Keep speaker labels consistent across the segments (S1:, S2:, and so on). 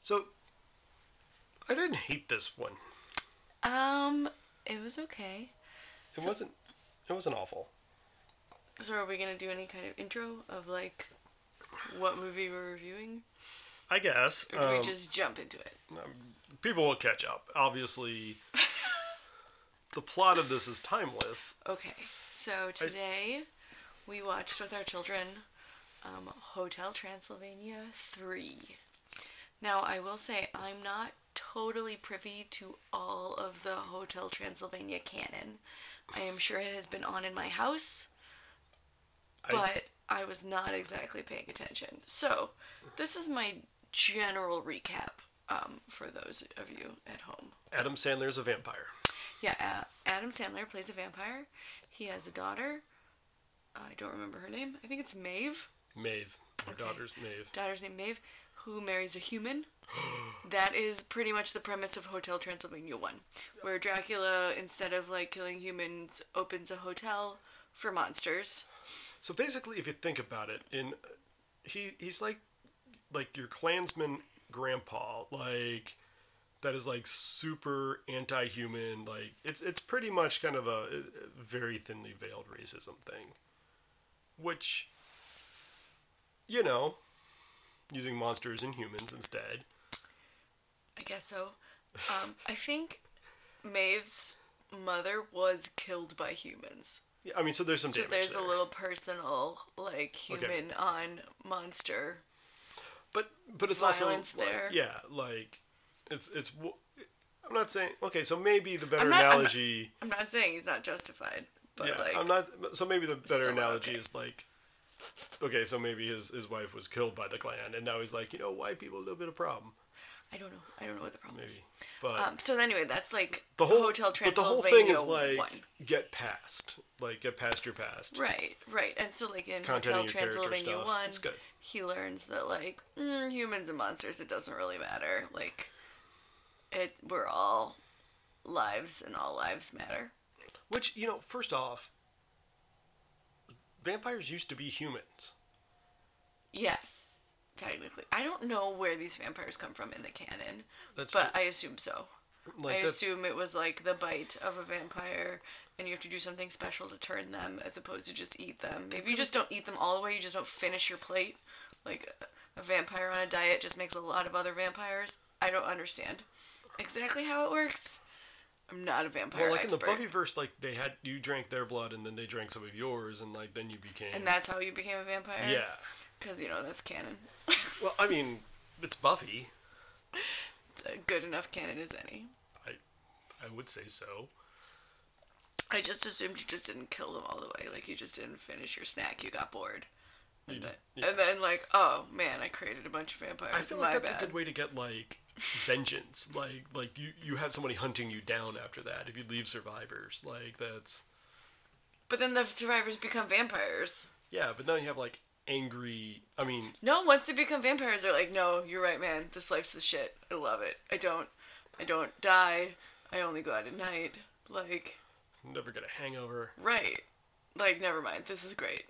S1: So I didn't hate this one.
S2: Um, it was okay.
S1: It wasn't. It wasn't awful.
S2: So are we gonna do any kind of intro of like what movie we're reviewing,
S1: I guess
S2: or do we
S1: um,
S2: just jump into it?
S1: people will catch up. Obviously, the plot of this is timeless.
S2: Okay, so today we watched with our children um, Hotel Transylvania 3. Now, I will say I'm not totally privy to all of the Hotel Transylvania canon. I am sure it has been on in my house,
S1: I,
S2: but I was not exactly paying attention. So, this is my general recap um, for those of you at home.
S1: Adam Sandler's a vampire.
S2: Yeah, uh, Adam Sandler plays a vampire. He has a daughter. I don't remember her name. I think it's Maeve.
S1: Maeve. Her
S2: Okay.
S1: daughter's Maeve.
S2: Daughter's name Maeve, who marries a human. that is pretty much the premise of Hotel Transylvania 1, where Dracula, instead of like killing humans, opens a hotel for monsters.
S1: So basically, if you think about it, in he he's like like your Klansman grandpa, like that is like super anti-human. Like it's it's pretty much kind of a, uh, very thinly veiled racism thing, which you know, using monsters and humans instead.
S2: I guess so. Um, I think Maeve's mother was killed by humans.
S1: Yeah, I mean, so there's some
S2: So
S1: damage
S2: there's
S1: there.
S2: a little personal, like, human on monster
S1: but but it's also
S2: violence
S1: like,
S2: there.
S1: yeah, like it's it's. w- I'm not saying okay, so maybe the better
S2: I'm not- I'm not-
S1: analogy.
S2: I'm not saying he's not justified, but
S1: yeah,
S2: like
S1: I'm not. So maybe the better
S2: still not
S1: analogy
S2: okay.
S1: is like, okay, so maybe his his wife was killed by the Klan, and now he's like, you know, white people a little bit of problem,
S2: I don't know. I don't know what the problem is.
S1: maybe. But
S2: Um, so anyway, that's like
S1: the whole
S2: Hotel
S1: but the
S2: Transylvania
S1: whole thing is like
S2: one.
S1: get past, like get past your past.
S2: Right, right, and so like in
S1: Content
S2: Hotel
S1: of your character
S2: Transylvania
S1: stuff,
S2: one,
S1: it's good.
S2: he learns that like mm, humans and monsters, it doesn't really matter. Like, it we're all lives, and all lives matter.
S1: Which you know, first off, vampires used to be humans.
S2: Yes, technically, I don't know where these vampires come from in the canon,
S1: That's
S2: but I assume so.
S1: like
S2: I
S1: that's
S2: assume it was like the bite of a vampire, and you have to do something special to turn them, as opposed to just eat them. Maybe you just don't eat them all the way. You just don't finish your plate. Like a vampire on a diet just makes a lot of other vampires. I don't understand exactly how it works. I'm not a vampire
S1: well, like
S2: expert,
S1: in the Buffyverse, like they had you drank their blood, and then they drank some of yours, and like then you became
S2: and that's how you became a vampire.
S1: yeah.
S2: because you know that's canon.
S1: Well, I mean, it's Buffy.
S2: It's a good enough canon as any.
S1: I I would say so.
S2: I just assumed you just didn't kill them all the way. Like you just didn't finish your snack. You got bored.
S1: You
S2: And,
S1: just-
S2: then, and then like, oh man, I created a bunch of vampires.
S1: I feel
S2: My
S1: like that's
S2: bad.
S1: a good way to get like vengeance. like like you you have somebody hunting you down after that if you leave survivors. Like that's
S2: But then the survivors become vampires.
S1: yeah, but now you have like angry I mean
S2: No, once they become vampires, they're like, no, you're right, man. This life's the shit. I love it. I don't, I don't die. I only go out at night. Like,
S1: never get a hangover.
S2: right. Like, never mind. This is great.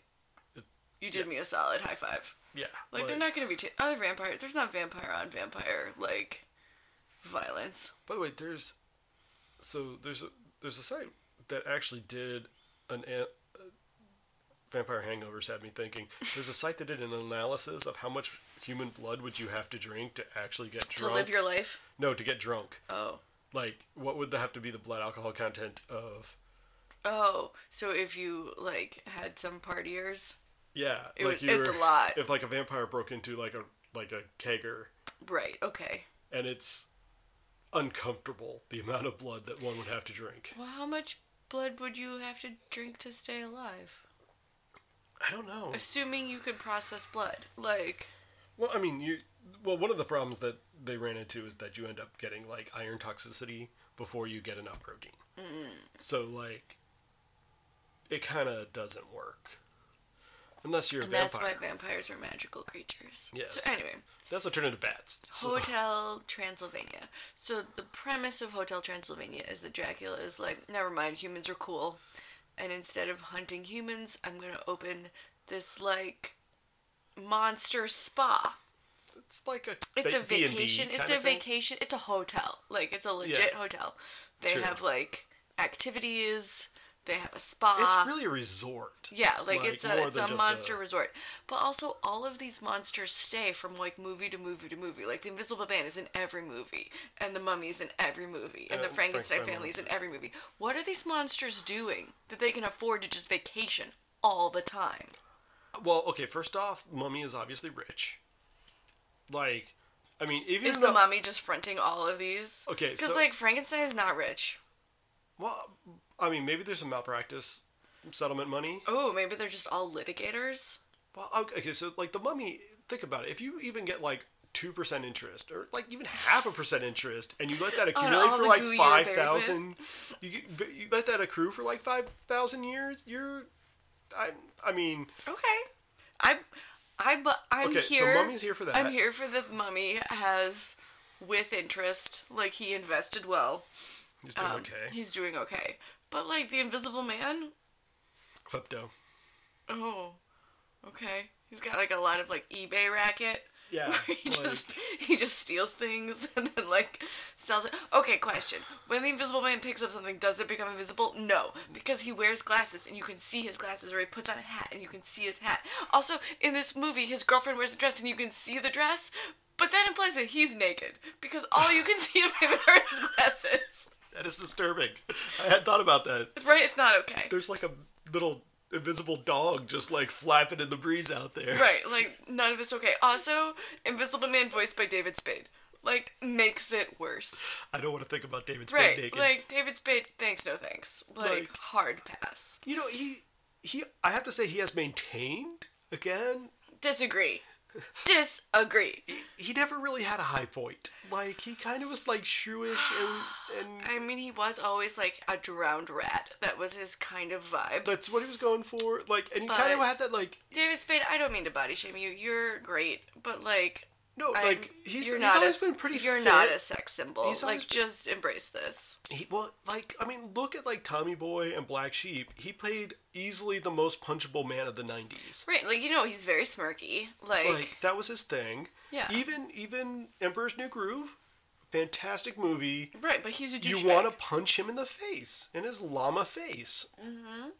S1: It-
S2: You did me a solid high five.
S1: Yeah.
S2: Like, they're not gonna be t- other vampires. There's not vampire on vampire like violence.
S1: By the way, there's so there's a there's a site that actually did an an- uh, vampire hangovers had me thinking. There's a site that did an analysis of how much human blood would you have to drink to actually get
S2: To
S1: drunk.
S2: live your life.
S1: no, to get drunk.
S2: Oh.
S1: like what would the, have to be the blood alcohol content of
S2: Oh, so if you like had some partiers,
S1: yeah
S2: It
S1: like
S2: would- it's a lot.
S1: if like a vampire broke into like a like a kegger
S2: right? Okay.
S1: and it's uncomfortable the amount of blood that one would have to drink
S2: Well, how much blood would you have to drink to stay alive?
S1: i don't know
S2: Assuming you could process blood, like
S1: well i mean you well one of the problems that they ran into is that you end up getting like iron toxicity before you get enough protein
S2: Mm-hmm.
S1: so like it kind of doesn't work unless you're a
S2: and
S1: vampire
S2: that's why vampires are magical creatures.
S1: Yes.
S2: So anyway,
S1: they also turn into bats so-
S2: Hotel Transylvania. So the premise of Hotel Transylvania is that Dracula is like, never mind, humans are cool, and instead of hunting humans, I'm gonna open this like monster spa.
S1: it's like a
S2: It's a
S1: ba- B&B
S2: vacation. It's
S1: kind
S2: a
S1: of thing.
S2: vacation. It's a hotel. Like it's a legit hotel. They
S1: True.
S2: have like activities. They have a spa.
S1: It's really a resort.
S2: Ah. Yeah, like, it's a
S1: more
S2: it's
S1: than
S2: a
S1: just
S2: monster resort. But also all of these monsters stay from like movie to movie to movie. Like the Invisible Man is in every movie and the Mummy is in every movie and the
S1: And
S2: Frankenstein
S1: Frankenstein
S2: family is in
S1: movie.
S2: every movie. What are these monsters doing that they can afford to just vacation all the time?
S1: Well, okay. First off, Mummy is obviously rich. Like, I mean, even
S2: Is
S1: though,
S2: the mummy just fronting all of these?
S1: Okay,
S2: Because
S1: so-
S2: like Frankenstein is not rich.
S1: well, I mean, maybe there's some malpractice settlement money.
S2: Oh, maybe they're just all litigators.
S1: Well, okay, okay, so like the Mummy, think about it. If you even get like two percent interest, or like even half a percent interest, and you let that accumulate
S2: all
S1: for
S2: the
S1: like
S2: goo you're
S1: five
S2: buried
S1: thousand, you get- but you let that accrue for like five thousand years. You're, I, I mean,
S2: Okay. I, I, but I'm
S1: Okay, so
S2: here.
S1: Mummy's here for that.
S2: I'm here for the mummy has, with interest, like he invested well.
S1: he's doing
S2: Um,
S1: okay.
S2: He's doing okay. But like the Invisible Man,
S1: Klepto.
S2: oh, okay. He's got like a lot of like eBay racket.
S1: Yeah,
S2: Where he
S1: like-
S2: just he just steals things and then like sells it. Okay, question: When the Invisible Man picks up something, does it become invisible? No, because he wears glasses and you can see his glasses, or he puts on a hat and you can see his hat. Also, in this movie, his girlfriend wears a dress and you can see the dress, but that implies that he's naked because all you can see of him are his glasses.
S1: That is disturbing. I had thought about that.
S2: Right? It's not okay.
S1: There's like a little invisible dog just like flapping in the breeze out there.
S2: Right, like none of this okay. Also, Invisible Man voiced by David Spade. Like makes it worse.
S1: I don't want to think about David Spade
S2: Right.
S1: naked.
S2: Like David Spade, thanks no thanks. Like,
S1: Like-
S2: hard pass.
S1: you know, he he I have to say he has maintained again.
S2: Disagree. Disagree.
S1: He never really had a high point. Like he kind of was like shrewish and and
S2: I mean he was always like a drowned rat. That was his kind of vibe.
S1: that's what he was going for. Like and he kind of
S2: But-
S1: had that like
S2: David Spade, I don't mean to body shame you. You're great, but like
S1: no,
S2: I'm-
S1: like he's,
S2: you're
S1: he's
S2: not
S1: always
S2: a-
S1: been pretty
S2: You're
S1: fit.
S2: not a sex symbol.
S1: He's always
S2: Like
S1: been-
S2: just embrace this.
S1: He, well, like I mean, look at like Tommy Boy and Black Sheep. He played easily the most punchable man of the '90s.
S2: Right, like you know he's very smirky.
S1: like that was his thing.
S2: Yeah.
S1: Even even Emperor's New Groove, fantastic movie.
S2: Right, but he's a douchebag.
S1: You want to punch him in the face, in his llama face,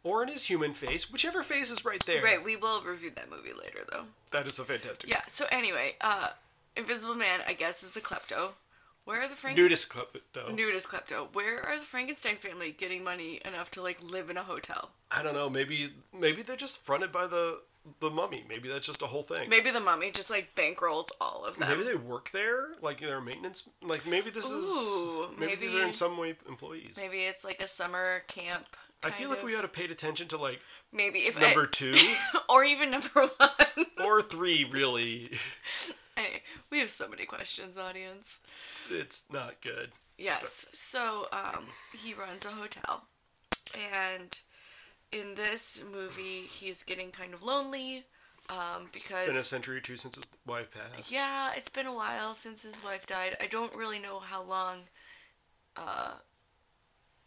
S1: or in his human face, whichever face is right there.
S2: Mm-hmm. Right, we will review that movie later though.
S1: That is a fantastic.
S2: Yeah, so anyway, uh Invisible Man, I guess, is the klepto. Where are the Frank
S1: Nudist clip though.
S2: nudist klepto? Where are the Frankenstein family getting money enough to like live in a hotel?
S1: I don't know. Maybe maybe they're just fronted by the the mummy. Maybe that's just a whole thing.
S2: Maybe the mummy just like bankrolls all of them.
S1: Maybe they work there, like their maintenance. Like maybe this
S2: Ooh,
S1: is maybe, these are
S2: maybe-
S1: in some way employees.
S2: Maybe it's like a summer camp.
S1: I
S2: kind
S1: feel if
S2: of-
S1: we had paid attention to like
S2: maybe if
S1: number
S2: I-
S1: two
S2: or even number one.
S1: or three, really,
S2: Hey, we have so many questions, audience.
S1: it's not good.
S2: Yes. So um, he runs a hotel, and in this movie, he's getting kind of lonely um,
S1: Been a
S2: because
S1: century or two since his wife passed.
S2: yeah, it's been a while since his wife died. I don't really know how long uh,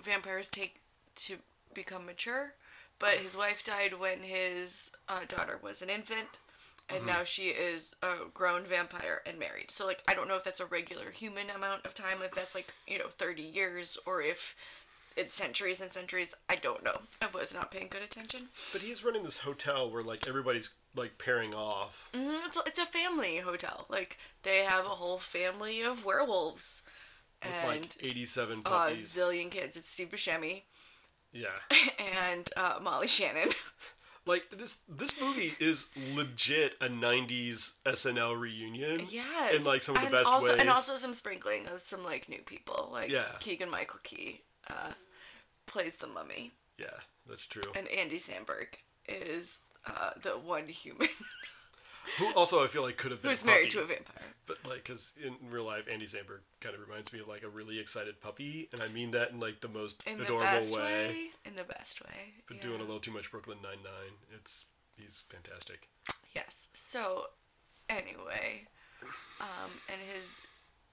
S2: vampires take to become mature, but his wife died when his uh, daughter was an infant. And now she is a grown vampire and married. So like I don't know if that's a regular human amount of time, if that's like, you know, thirty years or if it's centuries and centuries. I don't know. I was not paying good attention.
S1: But he's running this hotel where like everybody's like pairing off.
S2: Mhm, It's a, it's a family hotel. Like they have a whole family of werewolves
S1: with,
S2: and
S1: like 87
S2: a
S1: puppies.
S2: zillion kids. It's Steve Buscemi
S1: yeah.
S2: and uh, Molly Shannon.
S1: Like this this movie is legit a 90s SNL reunion.
S2: yes,
S1: In like some of the
S2: and
S1: best
S2: also,
S1: ways.
S2: and also some sprinkling of some like new people. Like
S1: Yeah.
S2: Keegan Michael Key uh, plays the mummy,
S1: yeah, that's true.
S2: and Andy Samberg is uh, the one human
S1: Who also I feel like could have been
S2: who's
S1: a
S2: married to
S1: puppy,
S2: a vampire.
S1: but like cuz in real life Andy Samberg kind of reminds me of like a really excited puppy and I mean that in like the most
S2: In the
S1: adorable
S2: best way.
S1: way.
S2: In the best way.
S1: Been
S2: yeah.
S1: doing a little too much Brooklyn 99. It's he's fantastic.
S2: Yes. So, anyway, um, and his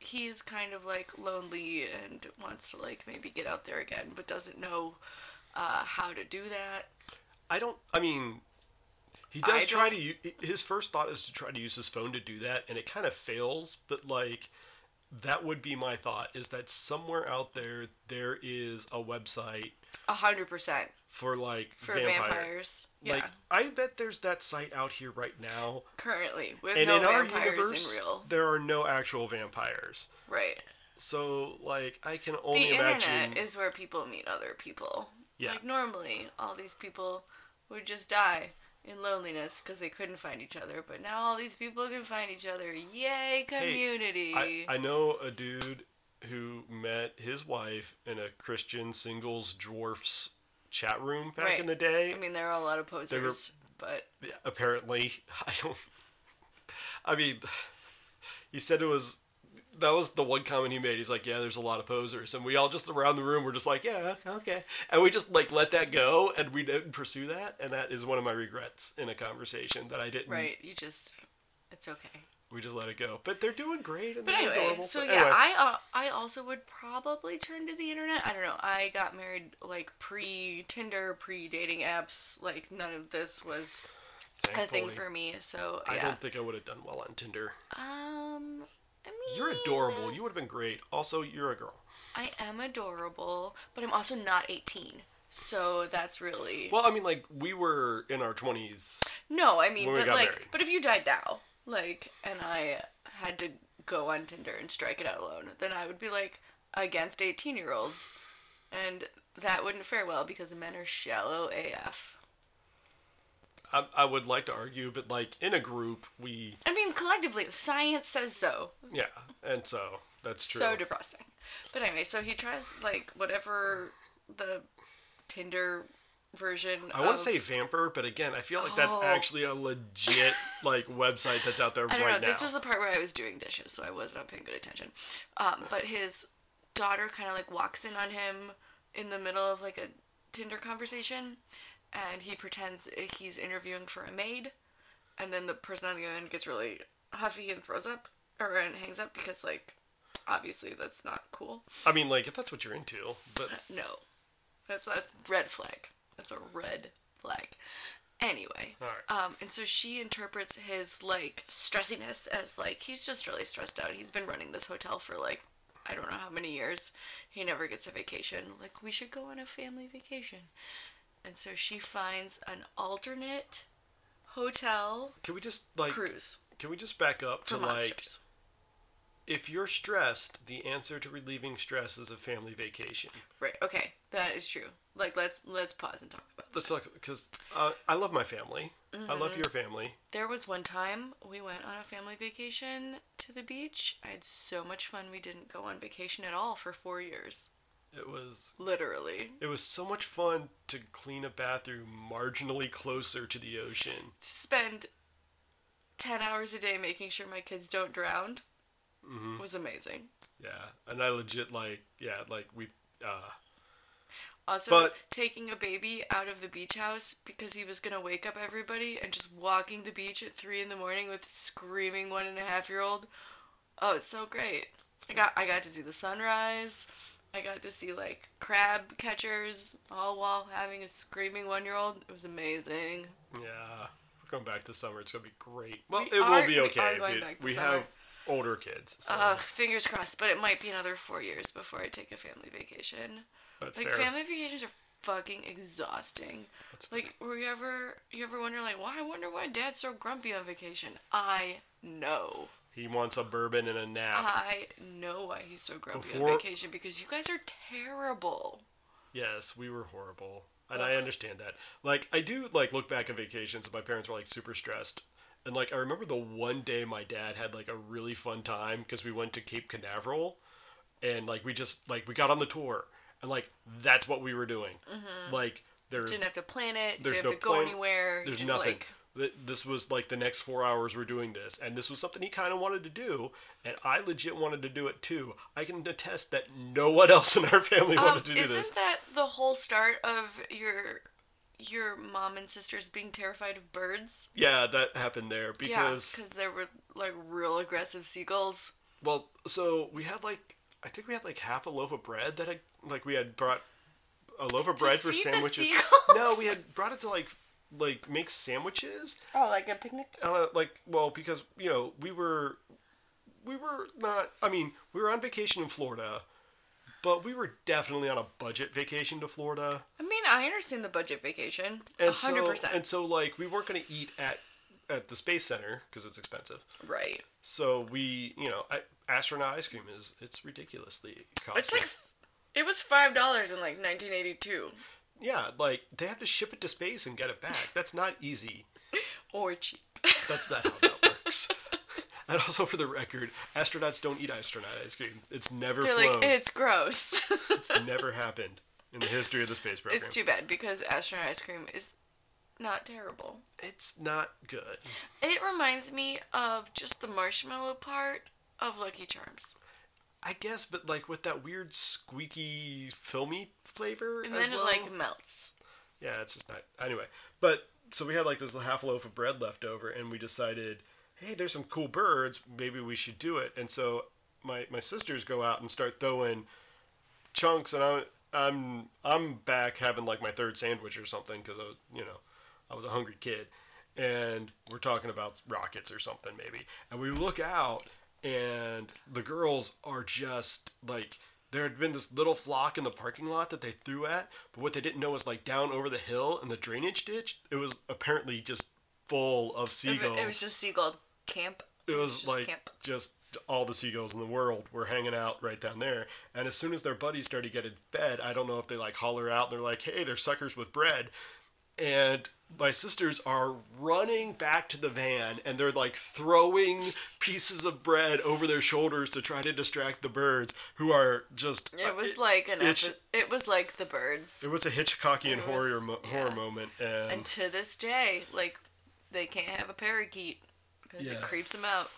S2: he's kind of like lonely and wants to like maybe get out there again, but doesn't know uh, how to do that.
S1: I don't. I mean, He does
S2: I
S1: try to. u- His first thought is to try to use his phone to do that, and it kind of fails. But like, that would be my thought: is that somewhere out there there is a website
S2: A hundred percent
S1: for like
S2: for
S1: vampire.
S2: vampires. Yeah,
S1: Like, I bet there's that site out here right now.
S2: currently with
S1: And
S2: no
S1: in our
S2: vampires
S1: universe,
S2: in real.
S1: there are no actual vampires.
S2: Right.
S1: So like, I can
S2: The
S1: only imagine.
S2: internet is where people meet other people.
S1: Yeah.
S2: Like normally, all these people would just die in loneliness because they couldn't find each other. But now all these people can find each other. Yay, community!
S1: I, I know a dude who met his wife in a Christian singles dwarfs chat room back
S2: Right.
S1: in the day.
S2: I mean, there are a lot of posers, but
S1: Apparently, I don't. I mean, he said it was. That was the one comment he made. He's like, "Yeah, there's a lot of posers," and we all just around the room were just like, "Yeah, okay," and we just like let that go, and we didn't pursue that, and that is one of my regrets in a conversation that I didn't.
S2: right, you just it's okay.
S1: We just let it go, but they're doing great, and
S2: But
S1: they're
S2: anyway,
S1: adorable.
S2: so
S1: But
S2: yeah,
S1: anyway.
S2: I uh, I also would probably turn to the internet. I don't know. I got married like pre Tinder, pre dating apps. Like none of this was a thing
S1: Thankfully,
S2: for me. So
S1: I
S2: yeah.
S1: don't think I would have done well on Tinder.
S2: Um, I mean,
S1: You're adorable. You would have been great. Also, you're a girl.
S2: I am adorable, but I'm also not 18. So that's really
S1: Well, I mean, like we were in our twenties.
S2: no. I mean,
S1: when we
S2: but
S1: got
S2: like,
S1: married.
S2: but if you died now, like, and I had to go on Tinder and strike it out alone, then I would be like against 18 year olds, and that wouldn't fare well because men are shallow AF.
S1: I, I would like to argue, but like in a group, we
S2: I mean, collectively, science says so.
S1: yeah, and so that's true.
S2: so depressing. But anyway, so he tries like whatever the Tinder version.
S1: I want
S2: of-
S1: to say vamper, but again, I feel like that's
S2: Oh.
S1: actually a legit like website that's out there
S2: I
S1: right
S2: don't know.
S1: now.
S2: This was the part where I was doing dishes, so I was not paying good attention. Um, but his daughter kind of like walks in on him in the middle of like a Tinder conversation, and he pretends he's interviewing for a maid, and then the person on the other end gets really huffy and throws up or and hangs up because like obviously that's not cool.
S1: I mean, like if that's what you're into, but
S2: No. That's a red flag. That's a red flag. Anyway.
S1: all right.
S2: Um, and so she interprets his like stressiness as like he's just really stressed out. He's been running this hotel for like I don't know how many years. He never gets a vacation. Like we should go on a family vacation. And so she finds an alternate hotel
S1: Can we just like
S2: cruise
S1: can we just back up to
S2: for
S1: like
S2: monsters.
S1: if you're stressed, the answer to relieving stress is a family vacation.
S2: Right. Okay. That is true. Like let's let's pause and talk about that.
S1: Let's talk because uh, I love my family. I love
S2: Mm-hmm.
S1: your family.
S2: There was one time we went on a family vacation to the beach. I had so much fun. We didn't go on vacation at all for four years.
S1: It was
S2: Literally.
S1: it was so much fun to clean a bathroom marginally closer to the ocean.
S2: To spend 10 hours a day making sure my kids don't drown was amazing.
S1: Yeah, and I legit like yeah like we uh
S2: Also,
S1: But-
S2: taking a baby out of the beach house because he was going to wake up everybody and just walking the beach at 3 in the morning with screaming one and a half year old. Oh, it's so great. I got, I got to see the sunrise. I got to see like crab catchers all while having a screaming one year old. It was amazing.
S1: yeah we're going back to summer. It's gonna be great. Well,
S2: We
S1: it
S2: are-
S1: will be
S2: we
S1: okay.
S2: are going
S1: but
S2: back to
S1: we
S2: summer.
S1: have older kids. So
S2: Ugh, fingers crossed, but it might be another four years before I take a family vacation.
S1: that's
S2: like
S1: fair.
S2: family vacations are fucking exhausting.
S1: That's
S2: like were you ever you ever wonder like why I wonder why dad's so grumpy on vacation? I know.
S1: he wants a bourbon and a nap.
S2: I know why he's so grumpy
S1: Before-
S2: on vacation because you guys are terrible.
S1: Yes, we were horrible. And I understand that. Like I do like look back at vacations my parents were like super stressed. And like I remember the one day my dad had like a really fun time because we went to Cape Canaveral and like we just like we got on the tour and like that's what we were doing. Like there's
S2: Mm-hmm. Didn't have to plan it,
S1: There's
S2: didn't have
S1: no
S2: to go
S1: plan.
S2: anywhere.
S1: there's
S2: didn't,
S1: nothing.
S2: Like,
S1: Th This was like the next four hours we're doing this, and this was something he kind of wanted to do, and I legit wanted to do it too. I can attest that no one else in our family
S2: um,
S1: wanted to do
S2: isn't
S1: this.
S2: that the whole start of your your mom and sisters being terrified of birds?
S1: Yeah, that happened there because
S2: yeah, because there were like real aggressive seagulls.
S1: Well, so we had like I think we had like half a loaf of bread that I like we had brought a loaf of bread for
S2: feed the
S1: sandwiches.
S2: seagulls?
S1: No, we had brought it to like like make sandwiches
S2: Oh, like a picnic?
S1: uh, like well because you know we were we were not i mean we were on vacation in florida but we were definitely on a budget vacation to florida
S2: I mean, I understand the budget vacation.
S1: and
S2: 100%.
S1: so and so like we weren't going to eat at at the space center because it's expensive
S2: right.
S1: so we you know I, astronaut ice cream is it's ridiculously costly
S2: It's like, f- it was $5 in like 1982.
S1: yeah like they have to ship it to space and get it back that's not easy
S2: Or cheap.
S1: That's not how that works. and also, for the record, astronauts don't eat astronaut ice cream. It's never
S2: They're
S1: flown.
S2: like, it's gross.
S1: it's never happened in the history of the space program.
S2: it's
S1: It's,
S2: too bad because astronaut ice cream is not terrible.
S1: not good.
S2: It reminds me of just the marshmallow part of Lucky Charms.
S1: I guess, but like with that weird squeaky, filmy flavor.
S2: And
S1: as
S2: then
S1: well.
S2: it like melts.
S1: yeah, it's just not. Anyway, but so we had like this half loaf of bread left over, and we decided, hey, there's some cool birds. Maybe we should do it. And so my my sisters go out and start throwing chunks, and I'm I'm I'm back having like my third sandwich or something because I was you know I was a hungry kid, and we're talking about rockets or something maybe, and we look out and the girls are just like there had been this little flock in the parking lot that they threw at, but what they didn't know was like down over the hill in the drainage ditch, it was apparently just full of
S2: It
S1: seagulls
S2: was- It was just seagull camp.
S1: it was
S2: just
S1: like
S2: camp.
S1: just all the seagulls in the world were hanging out right down there. And as soon as their buddies started getting fed, I don't know if they like holler out. They're like, "Hey, they're suckers with bread," and my sisters are running back to the van and they're like throwing pieces of bread over their shoulders to try to distract the birds who are just
S2: It was like an
S1: uh, it's-
S2: epi- it was like the birds.
S1: it was a Hitchcockian
S2: was-
S1: horror mo-
S2: yeah.
S1: horror moment and,
S2: And to this day, like they can't have a parakeet because
S1: Yeah.
S2: it creeps them out.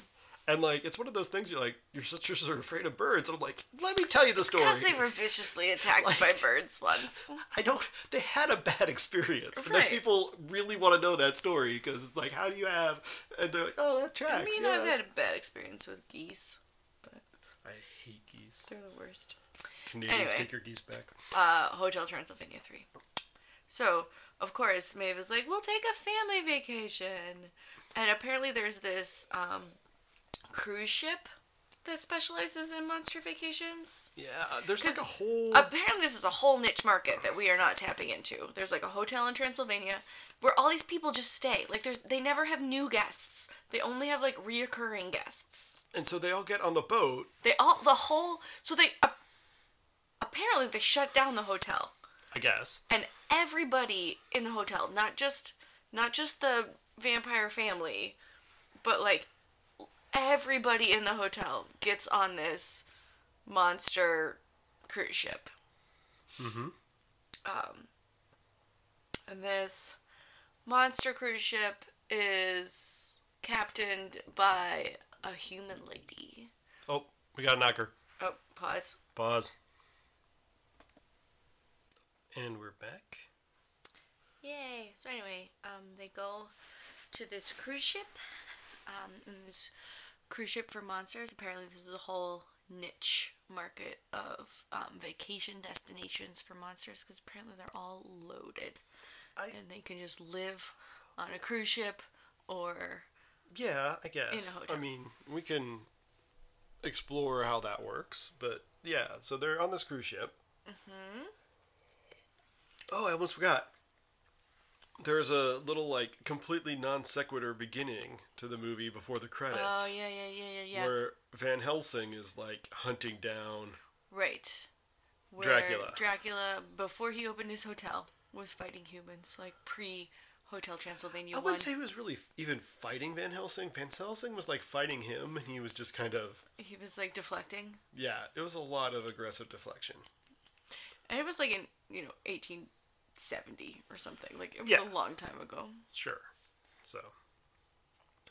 S1: and like it's one of those things you're like your sisters are afraid of birds and I'm like let me tell you the story
S2: Because they were viciously attacked by birds once.
S1: I don't. They had a bad experience, and
S2: Right.
S1: the people really want to know that story because it's like, how do you have? And they're like, oh, that tracks.
S2: I mean,
S1: yeah.
S2: I've had a bad experience with geese.
S1: I hate geese.
S2: They're the worst.
S1: Canadians
S2: Anyway.
S1: take your geese back.
S2: Uh, Hotel Transylvania 3. So, of course, Maeve is like, we'll take a family vacation. And apparently, there's this um, cruise ship that specializes in monster vacations.
S1: Yeah, uh, there's like a whole.
S2: Apparently, this is a whole niche market that we are not tapping into. There's like a hotel in Transylvania where all these people just stay. Like, there's they never have new guests. They only have like reoccurring guests.
S1: and so they all get on the boat.
S2: They all the whole so they ap- apparently they shut down the hotel
S1: I guess.
S2: and everybody in the hotel, not just not just the vampire family, but like everybody in the hotel gets on this monster cruise ship. Mm-hmm. Um, and this monster cruise ship is captained by a human lady.
S1: Oh, we got a knocker.
S2: Oh, pause.
S1: Pause. And we're back.
S2: Yay! So anyway, um, they go to this cruise ship, um, and this cruise ship for monsters. Apparently, this is a whole niche market of um, vacation destinations for monsters because apparently they're all loaded,
S1: I-
S2: and they can just live on a cruise ship or
S1: Yeah, I guess.
S2: hotel.
S1: I mean, we can explore how that works, but yeah. So they're on this cruise ship.
S2: Mm-hmm.
S1: Oh, I almost forgot. There's a little like completely non sequitur beginning to the movie before the credits,
S2: oh yeah yeah yeah yeah yeah
S1: where Van Helsing is like hunting down.
S2: right. Where
S1: Dracula.
S2: Dracula before he opened his hotel was fighting humans like pre Hotel Transylvania.
S1: I
S2: one.
S1: wouldn't say he was really f- even fighting Van Helsing. Van Helsing was like fighting him, and he was just kind of
S2: he was like deflecting.
S1: yeah. It was a lot of aggressive deflection.
S2: And it was like in, you know, 1870 or something. Like it was
S1: Yeah.
S2: a long time ago.
S1: Sure. So.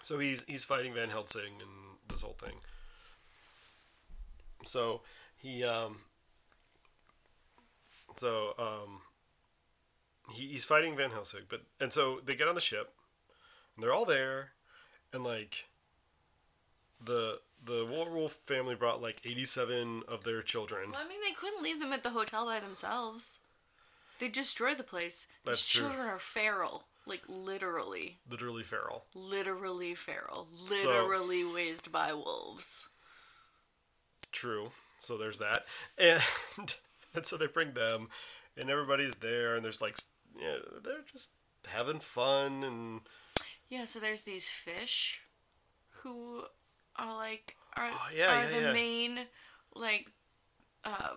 S1: So he's he's fighting Van Helsing and this whole thing. So he um. So um. He, he's fighting Van Helsing, but and so they get on the ship, and they're all there, and like. The the Wolf family brought like eighty seven of their children.
S2: Well, I mean, they couldn't leave them at the hotel by themselves. They destroyed the place.
S1: That's
S2: These
S1: true.
S2: children are feral. like literally,
S1: literally feral.
S2: literally feral,
S1: So-
S2: literally raised by wolves.
S1: True. So there's that, and and so they bring them, and everybody's there, and there's like, yeah, they're just having fun, and
S2: Yeah, so there's these fish who are like are,
S1: Oh, yeah,
S2: are
S1: yeah,
S2: the
S1: yeah.
S2: main like uh,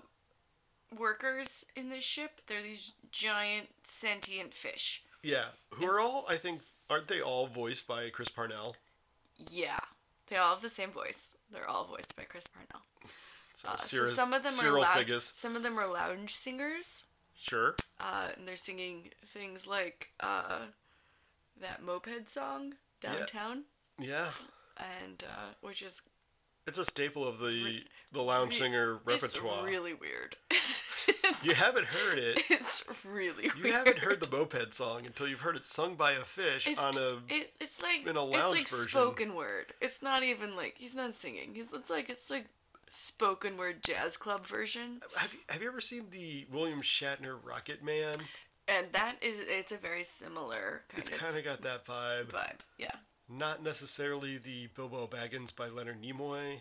S2: workers in this ship. They're these giant sentient fish.
S1: yeah, who are all I think aren't they all voiced by Chris Parnell?
S2: Yeah. They all have the same voice. They're all voiced by Chris Parnell.
S1: So,
S2: Uh,
S1: Cyril-
S2: so some of them
S1: Cyril
S2: are lou-
S1: Figgis.
S2: some of them are lounge singers.
S1: Sure.
S2: Uh, and they're singing things like uh, that moped song downtown
S1: Yeah,
S2: and uh, which is
S1: it's a staple of the the lounge singer
S2: it's
S1: repertoire.
S2: really weird. It's-
S1: You haven't heard it.
S2: It's really
S1: You
S2: weird.
S1: haven't heard the moped song until you've heard it sung by a fish
S2: it's,
S1: on a
S2: it, it's like
S1: in a lounge
S2: it's like
S1: version.
S2: spoken word. It's not even like he's not singing. He's it's like it's like spoken word jazz club version,
S1: Have you, have you ever seen the William Shatner Rocket Man?
S2: and that is it's a very similar kind
S1: It's
S2: of
S1: kind of got that vibe.
S2: vibe. Yeah,
S1: Not necessarily the Bilbo Baggins by Leonard Nimoy.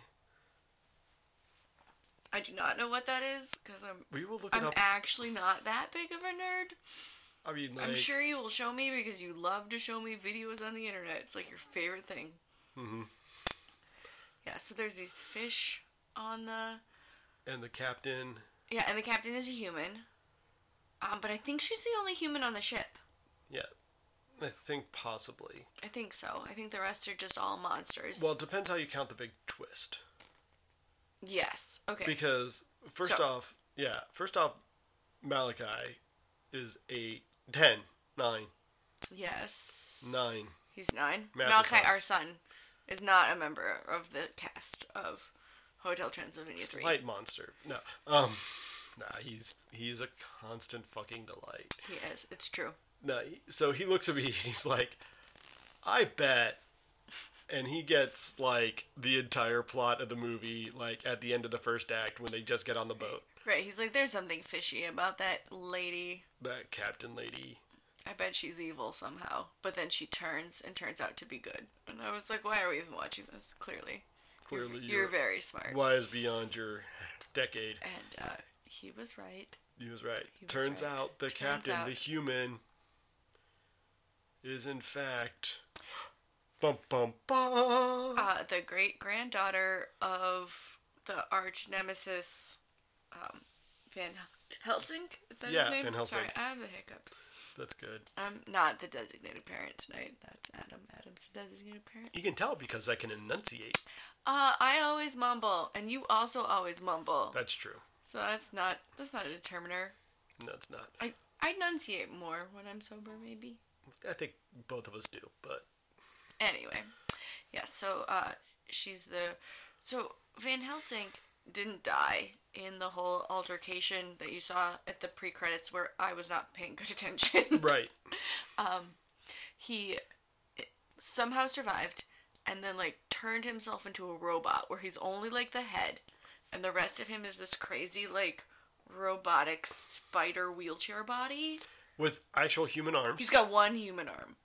S2: I do not know what that is because I'm
S1: We will look it
S2: I'm
S1: up.
S2: actually not that big of a nerd.
S1: I mean, like,
S2: I'm sure you will show me because you love to show me videos on the internet. It's like your favorite thing. Mm-hmm. Yeah, so there's these fish on the
S1: and the captain.
S2: Yeah, and the captain is a human. Um, but I think she's the only human on the ship.
S1: Yeah, I think possibly.
S2: I think so. I think the rest are just all monsters.
S1: Well, it depends how you count the big twist.
S2: yes. Okay.
S1: Because first
S2: So-
S1: off, yeah, first off, Malachi is a 10, 9,
S2: yes.
S1: 9.
S2: He's nine.
S1: Math is
S2: Malachi,
S1: hard.
S2: our son, is not a member of the cast of Hotel Transylvania three.
S1: Slight monster. No. Um nah, he's he's a constant fucking delight.
S2: He is. It's true.
S1: No, he- so he looks at me and he's like, "I bet," and he gets like the entire plot of the movie, like at the end of the first act when they just get on the boat.
S2: Right. He's like, there's something fishy about that lady.
S1: That captain lady.
S2: I bet she's evil somehow. But then she turns and turns out to be good. And I was like, why are we even watching this? Clearly,
S1: Clearly,
S2: you're
S1: you're,
S2: very smart.
S1: wise beyond your decade.
S2: And uh, he was right.
S1: He was right.
S2: He was
S1: Turns
S2: right.
S1: out the
S2: Turns
S1: captain,
S2: out-
S1: the human, is in fact. Bum bum bum.
S2: uh, the great granddaughter of the arch nemesis um, Van Helsing. Is that
S1: Yeah,
S2: his name?
S1: Van Helsing.
S2: Sorry, I have the hiccups.
S1: That's good.
S2: I'm not the designated parent tonight. That's Adam. Adam's the designated parent.
S1: You can tell because I can enunciate.
S2: Uh, I always mumble, and you also always mumble.
S1: That's true.
S2: So that's not that's not a determiner.
S1: No, it's not.
S2: I I enunciate more when I'm sober, maybe.
S1: I think both of us do, but
S2: Anyway, yeah. So uh, she's the so Van Helsing didn't die in the whole altercation that you saw at the pre-credits where I was not paying good attention.
S1: right.
S2: he eh, somehow survived and then like turned himself into a robot where he's only like the head and the rest of him is this crazy like robotic spider wheelchair body.
S1: With actual human arms.
S2: He's got one human arm.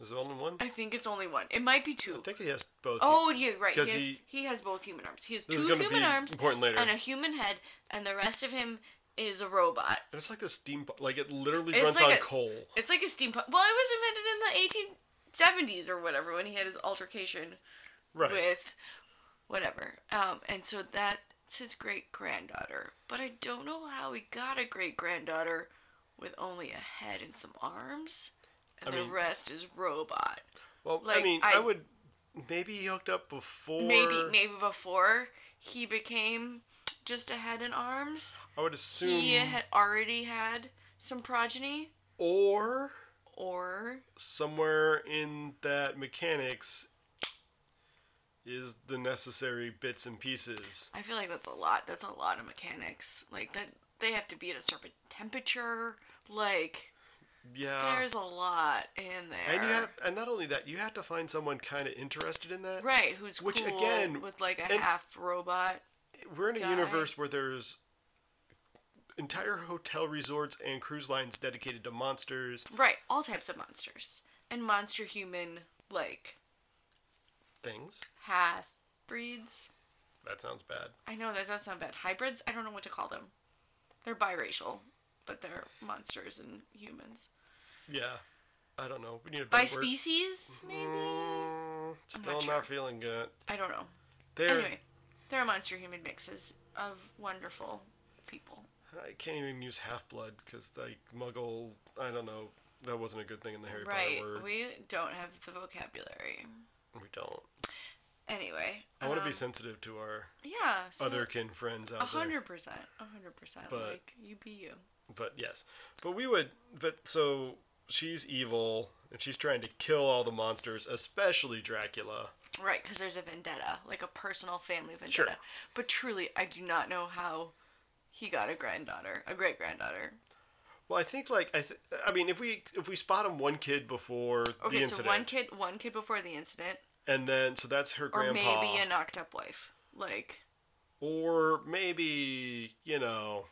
S1: Is there only one? I
S2: I think it's only one. It might be two.
S1: think he has both.
S2: Oh, yeah, right. He
S1: 'Cause
S2: has, he,
S1: he-
S2: has both human arms. He has
S1: This is
S2: two
S1: gonna
S2: human
S1: be
S2: arms
S1: important later.
S2: and a human head, and the rest of him is a robot.
S1: And it's like the steam, like it literally
S2: It's
S1: runs
S2: like
S1: on
S2: a-
S1: coal.
S2: It's like a steampunk. Well, it was invented in the 1870s or whatever when he had his altercation
S1: Right.
S2: with whatever. Um, and so that's his great granddaughter. But I don't know how he got a great granddaughter with only a head and some arms, and
S1: I
S2: the
S1: mean-
S2: rest is robot.
S1: well, I
S2: like,
S1: mean, I,
S2: I-
S1: would maybe he hooked up before.
S2: Maybe maybe before he became just a head and arms.
S1: I would assume,
S2: he had already had some progeny
S1: or
S2: or
S1: somewhere in that mechanics is the necessary bits and pieces.
S2: i feel like that's a lot that's a lot of mechanics like that they have to be at a certain temperature like
S1: Yeah.
S2: there's a lot in there
S1: and you have, and not only Uh. that, you have to find someone kind of interested in that.
S2: right who's
S1: Which,
S2: cool
S1: again,
S2: with like a
S1: and-
S2: half robot
S1: We're in a
S2: guy.
S1: universe where there's entire hotel resorts and cruise lines dedicated to monsters.
S2: right all types of monsters and monster human like
S1: Things.
S2: half breeds.
S1: That sounds bad.
S2: I know that does sound bad. Hybrids. I don't know what to call them. They're biracial, but they're monsters and humans.
S1: Yeah. I don't know. We need a
S2: By
S1: better word.
S2: species,
S1: Mm-hmm.
S2: maybe.
S1: Mm, still
S2: not
S1: not,
S2: sure.
S1: feeling good.
S2: I don't know.
S1: There.
S2: Anyway, there are monster human mixes of wonderful people.
S1: I can't even use half blood because like muggle. I don't know. That wasn't a good thing in the Harry
S2: Right.
S1: Potter word. We,
S2: We don't have the vocabulary.
S1: don't.
S2: Anyway.
S1: I want to
S2: um,
S1: be sensitive to our
S2: Yeah. So
S1: other kin friends out
S2: A
S1: there.
S2: hundred percent. A hundred percent.
S1: But-
S2: Like you be you.
S1: But yes, but we would. But so she's evil and she's trying to kill all the monsters, especially Dracula.
S2: Right, because there's a vendetta, like a personal family vendetta.
S1: Sure.
S2: But truly, I do not know how he got a granddaughter, a great granddaughter.
S1: Well, I think like I. Th- I mean, if we if we spot him one kid before
S2: Okay,
S1: the
S2: so
S1: incident,
S2: one kid, one kid before the incident,
S1: and then so that's her
S2: or
S1: grandpa,
S2: maybe a knocked up wife. Like,
S1: or maybe you know,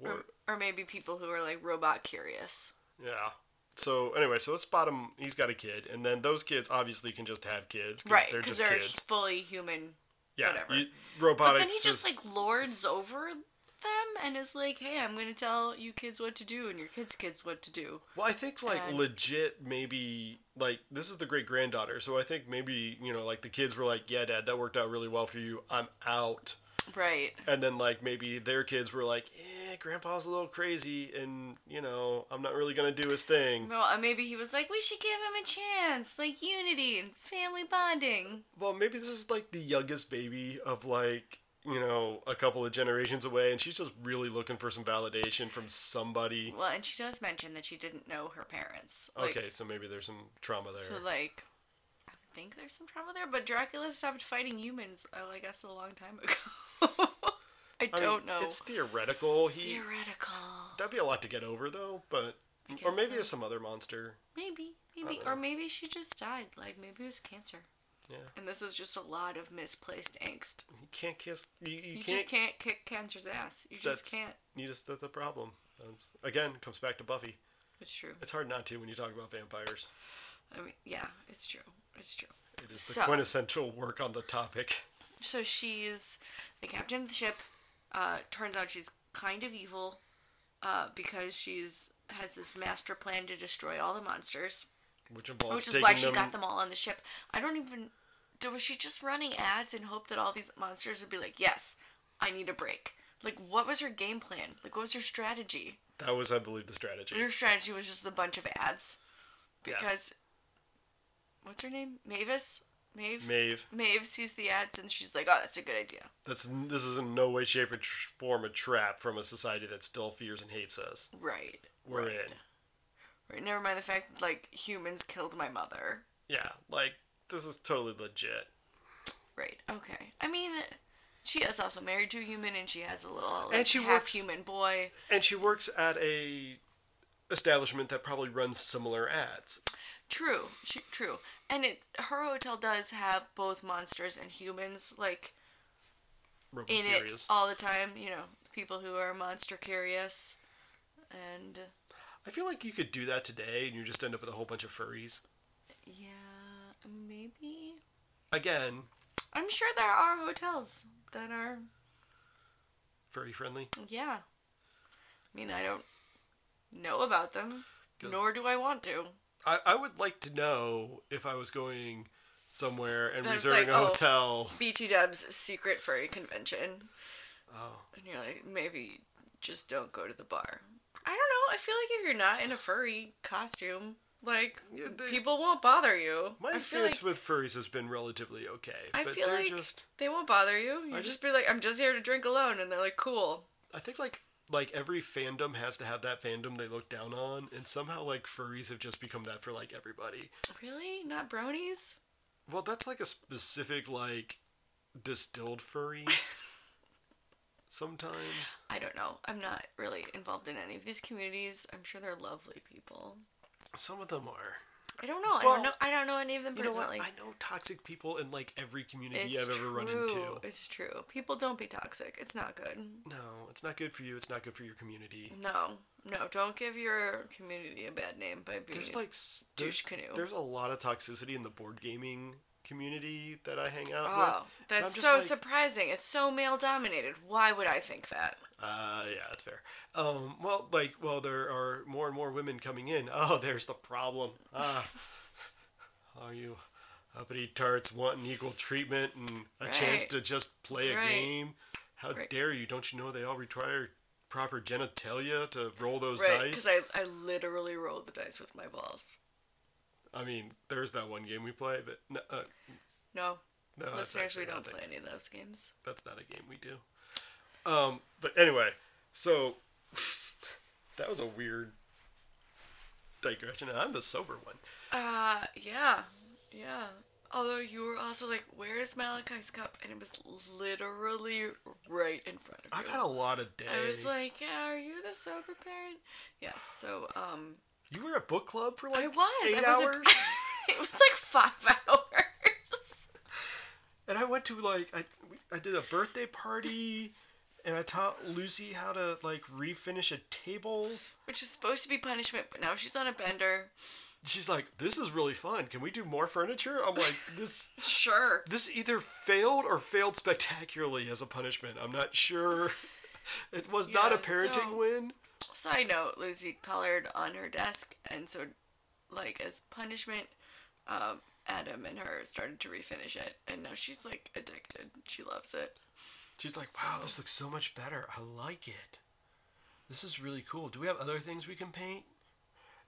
S2: or,
S1: wor-
S2: or maybe people who are like robot curious.
S1: Yeah. So anyway, so let's bottom. He's got a kid, and then those kids obviously can just have kids because
S2: Right,
S1: they're
S2: because
S1: just
S2: they're
S1: kids.
S2: fully human.
S1: Yeah,
S2: whatever.
S1: you-
S2: But
S1: robotics.
S2: then he just
S1: is-
S2: like lords over them and is like, hey, I'm going to tell you kids what to do and your kids' kids what to do.
S1: Well, I think like
S2: and-
S1: legit maybe like this is the great granddaughter, so I think maybe you know like the kids were like, yeah, dad, that worked out really well for you. I'm out.
S2: Right.
S1: And then like maybe their kids were like, eh, grandpa's a little crazy, and you know I'm not really gonna do his thing.
S2: Well, and maybe he was like, we should give him a chance, like unity and family bonding.
S1: Well, maybe this is like the youngest baby of like, you know, a couple of generations away, and she's just really looking for some validation from somebody.
S2: Well, and she does mention that she didn't know her parents. Like,
S1: okay, so maybe there's some trauma there.
S2: So like, I think there's some trauma there, but Dracula stopped fighting humans. uh, I guess a long time ago. I,
S1: I mean,
S2: don't know.
S1: It's theoretical. He
S2: Theoretical.
S1: that'd be a lot to get over though, but or
S2: guess
S1: maybe
S2: so.
S1: it's some other monster.
S2: Maybe,
S1: I
S2: maybe,
S1: don't
S2: or
S1: know.
S2: maybe she just died. Like maybe it was cancer.
S1: Uh, Yeah,
S2: And this is just a lot of misplaced angst.
S1: you can't kiss. You, you,
S2: You,
S1: can't.
S2: just can't kick cancer's ass. You just
S1: that's
S2: can't.
S1: you just that's the problem. That's, again, comes back to Buffy.
S2: It's true.
S1: It's hard not to when you talk about vampires.
S2: I mean, yeah, it's true. It's true.
S1: It is the
S2: So-
S1: quintessential work on the topic.
S2: so she's the captain of the ship. Uh, turns out she's kind of evil uh, because she's has this master plan to destroy all the monsters,
S1: Which involves
S2: which is
S1: taking
S2: why she
S1: them,
S2: got them all on the ship. I don't even. d- Was she just running ads in hope that all these monsters would be like, yes, I need a break? Like, what was her game plan? Like, what was her strategy?
S1: That was, I believe, the strategy.
S2: Her strategy was just a bunch of ads. Because. What's her name? Mavis? Maeve?
S1: Maeve.
S2: Maeve sees the ads and she's like, oh, that's a good idea.
S1: That's this is in no way, shape, or tr- form a trap from a society that still fears and hates us.
S2: Right.
S1: We're
S2: right.
S1: in.
S2: Right, never mind the fact that, like, humans killed my mother.
S1: Yeah, like this is totally legit.
S2: Right. Okay. I mean, she is also married to a human and she has a little, like,
S1: And she works-
S2: half-human boy.
S1: And she works at a establishment that probably runs similar ads.
S2: True. She, true. And it her hotel does have both monsters and humans, like,
S1: Robo
S2: in
S1: Furious.
S2: it all the time. You know, people who are monster curious. And,
S1: I feel like you could do that today, and you just end up with a whole bunch of furries.
S2: yeah, maybe...
S1: Again,
S2: I'm sure there are hotels that are
S1: furry friendly.
S2: Yeah. I mean, I don't know about them,
S1: 'Cause-
S2: nor do I want to.
S1: I, I would like to know if I was going somewhere and
S2: Then it's
S1: reserving
S2: like,
S1: a
S2: oh.
S1: hotel.
S2: BT Dub's secret furry convention.
S1: Oh.
S2: And you're like, maybe just don't go to the bar. I don't know. I feel like if you're not in a furry costume, like,
S1: Yeah, they-
S2: people won't bother you.
S1: My
S2: I feel
S1: experience
S2: like.
S1: with furries has been relatively okay,
S2: I
S1: but
S2: feel
S1: they're
S2: like
S1: just
S2: they won't bother you. You
S1: I
S2: just,
S1: just-
S2: be like, I'm just here to drink alone, and they're like, cool.
S1: I think like like every fandom has to have that fandom they look down on, and somehow like furries have just become that for like everybody.
S2: Really? Not bronies?
S1: Well, that's like a specific like distilled furry. Sometimes
S2: I don't know. I'm not really involved in any of these communities. I'm sure they're lovely people.
S1: some of them are.
S2: I don't know. I
S1: Well,
S2: don't know. I don't know any of them
S1: You know what?
S2: personally.
S1: I know toxic people in like every community
S2: it's
S1: I've ever
S2: true.
S1: run into.
S2: It's true. People don't be toxic. It's not good.
S1: No, it's not good for you. It's not good for your community.
S2: No, No, don't give your community a bad name by being.
S1: There's like s- there's,
S2: douche canoe.
S1: There's a lot of toxicity in the board gaming community that I hang out
S2: oh,
S1: with. And I'm
S2: that's
S1: just
S2: so
S1: like,
S2: surprising. It's so male dominated. Why would I think that?
S1: Uh, yeah, that's fair. Um, well, like, well, there are more and more women coming in. Oh, there's the problem. Ah, are you uppity tarts wanting equal treatment and a chance
S2: Right.
S1: to just play a
S2: Right.
S1: game? How
S2: Right.
S1: dare you? Don't you know they all require proper genitalia to roll those
S2: Right? Because
S1: dice?
S2: I, I literally rolled the dice with my balls.
S1: I mean, there's that one game we play, but no, uh,
S2: No,
S1: no Oh, that's
S2: listeners,
S1: actually
S2: we don't
S1: not that-
S2: play any of those games.
S1: That's not a game we do. Um, but anyway, so that was a weird digression. And I'm the sober one.
S2: Uh, yeah, yeah. Although you were also like, "Where is Malachi's cup?" and it was literally right in front of
S1: I've
S2: you.
S1: had a lot of days.
S2: I was like, yeah, "Are you the sober parent?" Yes. So, um,
S1: you were at book club for like
S2: I was.
S1: eight
S2: I was a-
S1: hours,
S2: it was like five hours.
S1: and I went to like I we- I did a birthday party, and I taught Lucy how to like refinish a table.
S2: which is supposed to be punishment, but now she's on a bender.
S1: She's like, "This is really fun. Can we do more furniture?" I'm like, "This."
S2: Sure.
S1: This either failed or failed spectacularly as a punishment. I'm not sure. It was not a
S2: Yeah,
S1: parenting
S2: so-
S1: win.
S2: Side note: Lucy colored on her desk, and so, like as punishment, um, Adam and her started to refinish it, and now she's like addicted. She loves it.
S1: She's like, wow, this looks so much better. I like it. This is really cool. Do we have other things we can paint?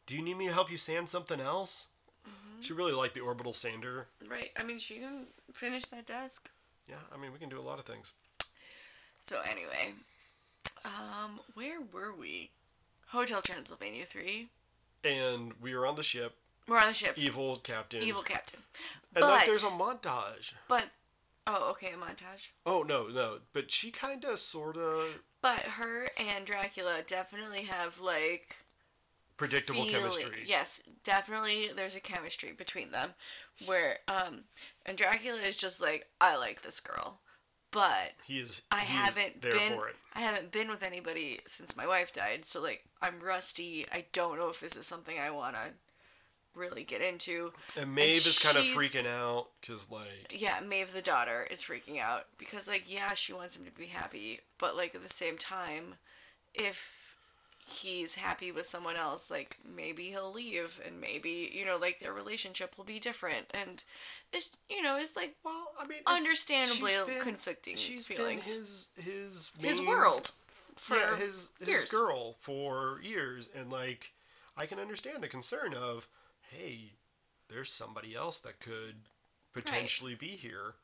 S1: Do you need me to help you sand something else?
S2: Mm-hmm.
S1: She really liked the orbital sander.
S2: Right. I mean, she can finish that desk.
S1: Yeah, I mean, we can do a lot of things.
S2: So anyway, um, where were we? Hotel Transylvania three.
S1: And we are on the ship,
S2: We're on the ship.
S1: evil captain.
S2: Evil captain.
S1: And like,
S2: but
S1: there's a montage.
S2: but oh okay a montage.
S1: Oh, no, no. But she kind of, sort of,
S2: But her and Dracula definitely have like
S1: predictable
S2: feeling-
S1: chemistry.
S2: Yes, definitely. There's a chemistry between them, where um, and Dracula is just like, I like this girl, but
S1: He is,
S2: I
S1: he is
S2: haven't
S1: there
S2: been.
S1: for it.
S2: I haven't been with anybody since my wife died, so like I'm rusty. I don't know if this is something I wanna really get into.
S1: And Maeve is kind of
S2: she's-
S1: freaking out because, like,
S2: yeah, Maeve the daughter is freaking out because like yeah, she wants him to be happy, but like at the same time, if he's happy with someone else, like maybe he'll leave and maybe, you know, like their relationship will be different and it's you know, it's like
S1: well, I mean, it's-
S2: understandably
S1: she's been-
S2: conflicting
S1: she's been
S2: feelings.
S1: his his
S2: his
S1: main-
S2: world for
S1: yeah, his his
S2: years.
S1: girl for years, and like I can understand the concern of hey, there's somebody else that could potentially be here.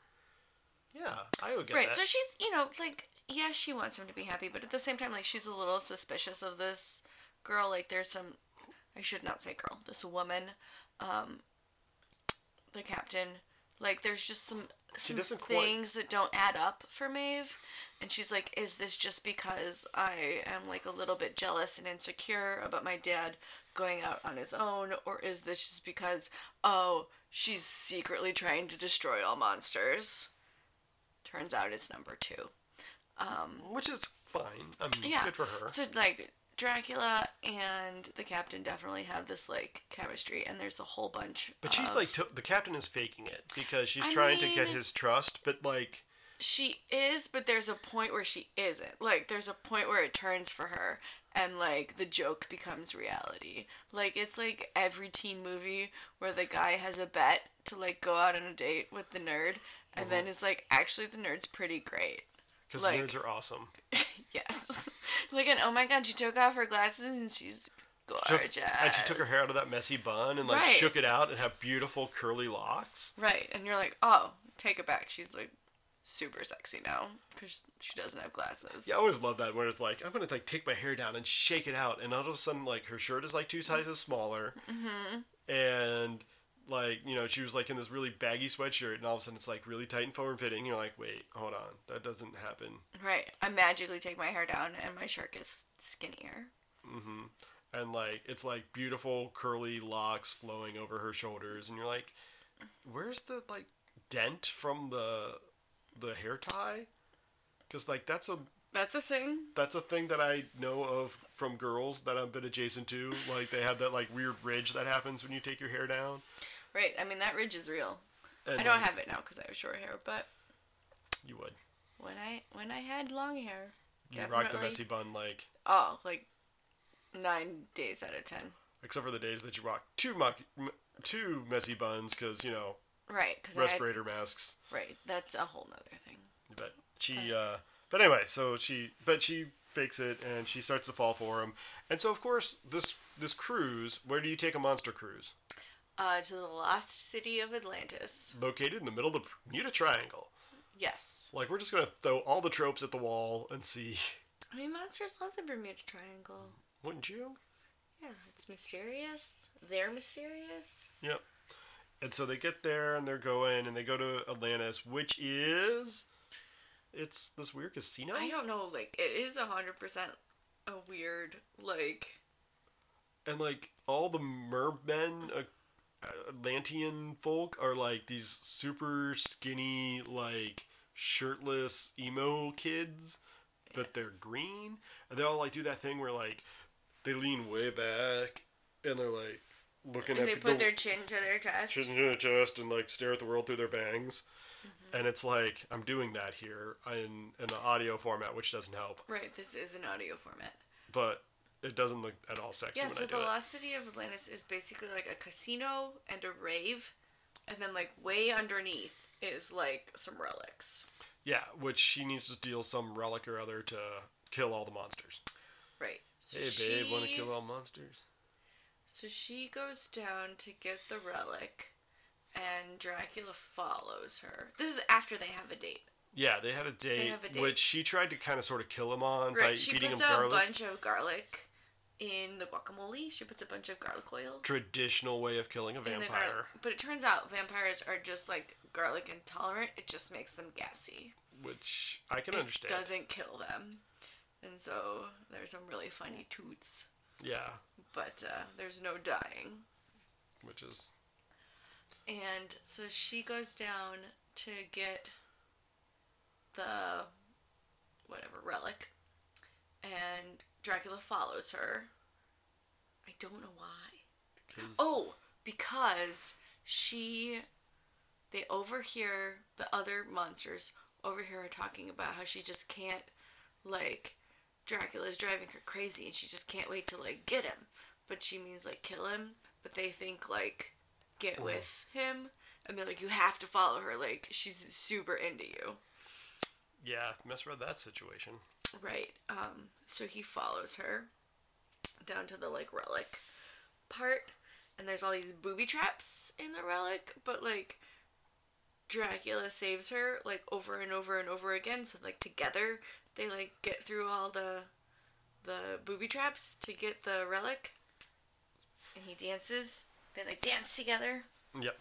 S1: Yeah, I would get
S2: right.
S1: that.
S2: So she's, you know, like yeah, she wants him to be happy, but at the same time like she's a little suspicious of this girl like there's some I should not say girl, this woman um the captain like there's just some some
S1: doesn't quite-
S2: things that don't add up for Maeve and she's like is this just because I am like a little bit jealous and insecure about my dad going out on his own or is this just because oh she's secretly trying to destroy all monsters turns out it's number 2
S1: Which is fine. I mean,
S2: yeah.
S1: good for her.
S2: So like Dracula and the captain definitely have this like chemistry, and there's a whole bunch.
S1: but she's
S2: of-
S1: like to- the captain is faking it because she's
S2: uh, I
S1: trying to get
S2: mean-
S1: his trust, but like
S2: she is, but there's a point where she isn't. Like there's a point where it turns for her, and like the joke becomes reality. Like it's like every teen movie where the guy has a bet to like go out on a date with the nerd,
S1: Uh-huh.
S2: and then is like actually the nerd's pretty great.
S1: because
S2: Like-
S1: nerds are awesome.
S2: Yes. like and oh my god, she took off her glasses and she's
S1: Took-
S2: gorgeous.
S1: and she took her hair out of that messy bun and like
S2: Right.
S1: shook it out and had beautiful curly locks.
S2: Right, and you're like, oh, take it back. She's like super sexy now because she doesn't have glasses.
S1: Yeah, I always love that where it's like I'm gonna like take my hair down and shake it out, and all of a sudden like her shirt is like two sizes smaller,
S2: Mm-hmm.
S1: and like you know she was like in this really baggy sweatshirt, and all of a sudden it's like really tight and form fitting. You're like, wait, hold on, that doesn't happen.
S2: Right, I magically take my hair down and my shirt gets skinnier.
S1: And like it's like beautiful curly locks flowing over her shoulders, and you're like, where's the like dent from the the hair tie? Because like that's a
S2: That's a thing.
S1: That's a thing that I know of from girls that I've been adjacent to. Like they have that like weird ridge that happens when you take your hair down.
S2: Right. I mean, that ridge is real.
S1: And
S2: I don't
S1: like,
S2: have it now because I have short hair, but
S1: You would.
S2: when I when I had long hair,
S1: You
S2: definitely.
S1: rock the messy bun like,
S2: Oh, like nine days out of ten.
S1: except for the days that you rock two muck, m- two messy buns because you know
S2: Right. Because I had,
S1: respirator masks.
S2: right. That's a whole nother thing.
S1: But she, uh, but anyway, so she, but she fakes it and she starts to fall for him. And so of course this this cruise. Where do you take a monster cruise?
S2: Uh, to the lost city of Atlantis.
S1: Located in the middle of the Bermuda Triangle.
S2: Yes.
S1: Like we're just gonna throw all the tropes at the wall and see.
S2: I mean, monsters love the Bermuda Triangle.
S1: Wouldn't you?
S2: Yeah, it's mysterious. They're mysterious.
S1: Yep. And so they get there and they're going and they go to Atlantis, which is it's this weird casino.
S2: I don't know. Like, it is a hundred percent a weird like.
S1: And like all the mermen, uh, Atlantean folk are like these super skinny, like shirtless emo kids, but they're green. And they all like do that thing where like they lean way back and they're like looking
S2: And
S1: at
S2: they
S1: the-
S2: put their chin to their chest.
S1: Shit into their chest and like stare at the world through their bangs.
S2: Mm-hmm.
S1: And it's like I'm doing that here in in the audio format, which doesn't help,
S2: Right. This is an audio format.
S1: but it doesn't look at all sexy
S2: Yeah,
S1: when
S2: so
S1: I do
S2: the
S1: it.
S2: Lost City of Atlantis is basically like a casino and a rave, and then like way underneath is like some relics.
S1: yeah, which she needs to deal some relic or other to kill all the monsters.
S2: Right. So
S1: Hey babe, want to kill all monsters?
S2: So she goes down to get the relic, and Dracula follows her. This is after they have a date.
S1: Yeah, they had a date,
S2: have a date.
S1: which she tried to kind of sort of kill him on by
S2: Right. She
S1: feeding him
S2: puts out a
S1: garlic.
S2: bunch of garlic in the guacamole. She puts a bunch of garlic oil.
S1: Traditional way of killing a
S2: in the
S1: vampire,
S2: garlic. But it turns out vampires are just like garlic intolerant. It just makes them gassy.
S1: which I can
S2: it
S1: understand.
S2: doesn't kill them. And so there's some really funny toots,
S1: Yeah,
S2: but uh, there's no dying.
S1: which is
S2: And so she goes down to get the whatever relic, and Dracula follows her. I don't know why.
S1: 'cause-
S2: Oh, because she, they overhear the other monsters overhear her talking about how she just can't, like, Dracula's driving her crazy and she just can't wait to like get him. But she means like kill him. But they think like get with him, and they're like you have to follow her. Like she's super into you,
S1: yeah, mess around that situation.
S2: right? Um, so he follows her down to the like relic part and there's all these booby traps in the relic but like dracula saves her like over and over and over again so like together they like get through all the the booby traps to get the relic and he dances they like dance together
S1: Yep.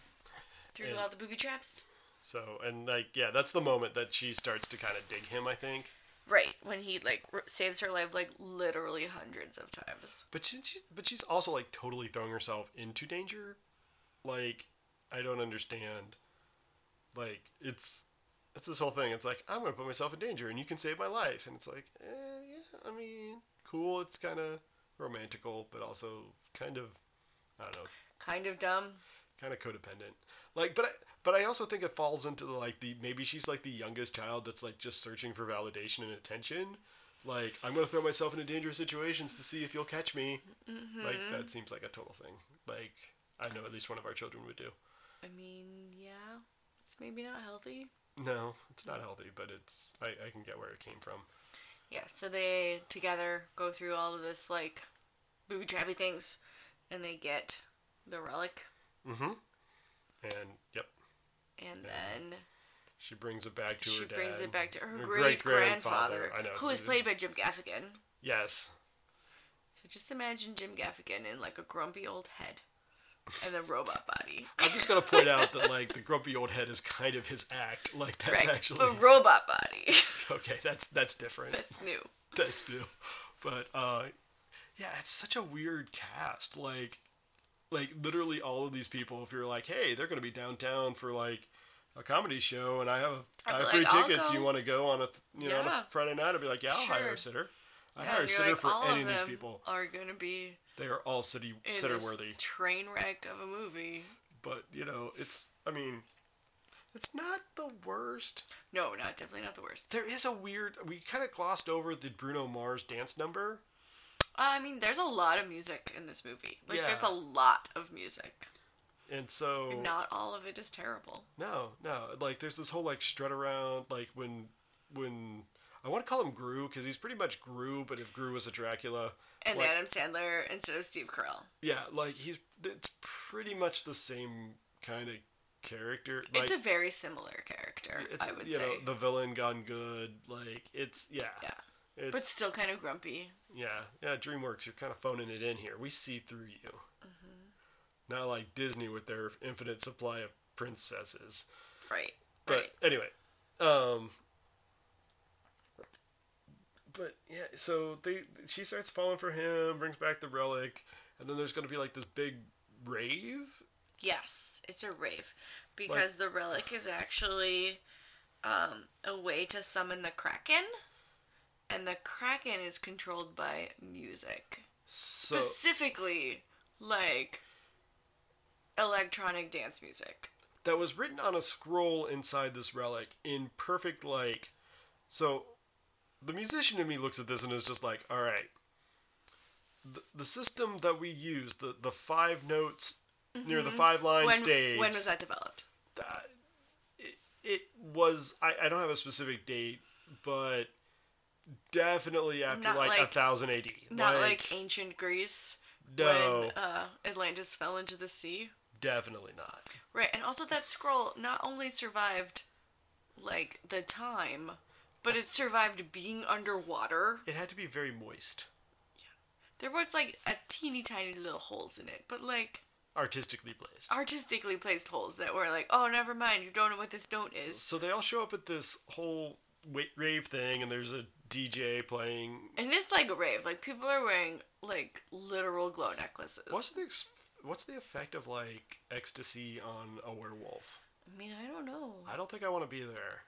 S2: through
S1: And-
S2: all the booby traps
S1: So and like yeah, that's the moment that she starts to kind of dig him, I think.
S2: right when he like r- saves her life like literally hundreds of times
S1: But she, she's but she's also like totally throwing herself into danger. Like I don't understand. Like it's it's this whole thing. It's like I'm gonna put myself in danger, and you can save my life. And it's like, eh, yeah, I mean, cool. It's kind of romantical, but also kind of I don't know,
S2: kind of dumb
S1: kind of codependent. Like, but I, but I also think it falls into the, like the maybe she's like the youngest child that's like just searching for validation and attention. Like, I'm gonna throw myself into dangerous situations to see if you'll catch me.
S2: Mm-hmm.
S1: Like, that seems like a total thing. Like, I know at least one of our children would do.
S2: i mean yeah it's maybe not healthy
S1: No, it's not healthy, but it's I, I can get where it came from.
S2: Yeah, so they together go through all of this like booby trappy things and they get the relic
S1: And yep,
S2: and then
S1: she brings it back to
S2: she
S1: her dad.
S2: brings it back to her
S1: Her
S2: great
S1: great-grandfather.
S2: grandfather
S1: I know, it's
S2: who is
S1: amazing.
S2: played by Jim Gaffigan.
S1: Yes,
S2: So just imagine Jim Gaffigan in like a grumpy old head and a robot body.
S1: I'm just gonna point out that like the grumpy old head is kind of his act. Like that's
S2: Right.
S1: actually
S2: A robot body.
S1: okay. That's that's different.
S2: That's new.
S1: that's new. But uh, yeah, it's such a weird cast. Like, like literally all of these people. If you're like, hey, they're gonna be downtown for like a comedy show and I have a, I
S2: I'd
S1: have
S2: be
S1: free
S2: like, "I'll
S1: tickets. You
S2: go."
S1: want to go on a th- you know on
S2: Yeah.
S1: a Friday night? I'd be like, yeah, I'll hire
S2: Sure.
S1: a sitter. I
S2: Yeah,
S1: hire a
S2: you're
S1: sitter
S2: like,
S1: for
S2: "All
S1: any of
S2: of
S1: these
S2: them
S1: people.
S2: Are gonna be
S1: They are all city
S2: in
S1: sitter
S2: this
S1: worthy.
S2: train wreck of a movie.
S1: But you know, it's I mean, it's not the worst.
S2: No, not definitely not the worst.
S1: There is a weird. We kind of glossed over the Bruno Mars dance number.
S2: I mean, there's a lot of music in this movie. Like, there's
S1: Yeah.
S2: a lot of music.
S1: And so
S2: Not all of it is terrible.
S1: No, no. Like there's this whole like strut around like when when I want to call him Gru because he's pretty much Gru, but if Gru was a Dracula,
S2: And
S1: like,
S2: Adam Sandler instead of Steve Carell.
S1: yeah, like he's it's pretty much the same kind of character. Like,
S2: it's a very similar character,
S1: it's,
S2: I would
S1: you
S2: say.
S1: know the villain gone good. Like it's yeah,
S2: yeah.
S1: it's
S2: But still kind of grumpy.
S1: yeah, yeah. DreamWorks, you're kind of phoning it in here. We see through you.
S2: Mm-hmm.
S1: Not like Disney with their infinite supply of princesses.
S2: Right.
S1: But
S2: right.
S1: anyway, um, but yeah, so they she starts falling for him, brings back the relic, and then there's gonna be like this big rave.
S2: Yes, it's a rave. Because the relic is actually um, a way to summon the Kraken. And the Kraken is controlled by music.
S1: So
S2: Specifically, like, electronic dance music.
S1: that was written on a scroll inside this relic in perfect like. So, the musician in me looks at this and is just like, all right. The, the system that we use, the the five notes near the five line
S2: Mm-hmm. When,
S1: stage.
S2: when was that developed?
S1: it was I, I don't have a specific date but definitely after
S2: Not
S1: like, a
S2: like-
S1: 1000 AD
S2: Not like, ancient Greece
S1: no
S2: when uh, Atlantis fell into the sea.
S1: definitely not
S2: Right, and also that scroll not only survived like the time, but it survived being underwater.
S1: it had to be very moist
S2: There was like a teeny tiny little holes in it, but like
S1: artistically placed
S2: artistically placed holes that were like, oh, never mind, you don't know what this note is.
S1: so they all show up at this whole wa- rave thing and there's a DJ playing
S2: And it's like a rave. Like people are wearing like literal glow necklaces.
S1: what's the ex- what's the effect of like ecstasy on a werewolf
S2: I mean, I don't know.
S1: I don't think I want to be there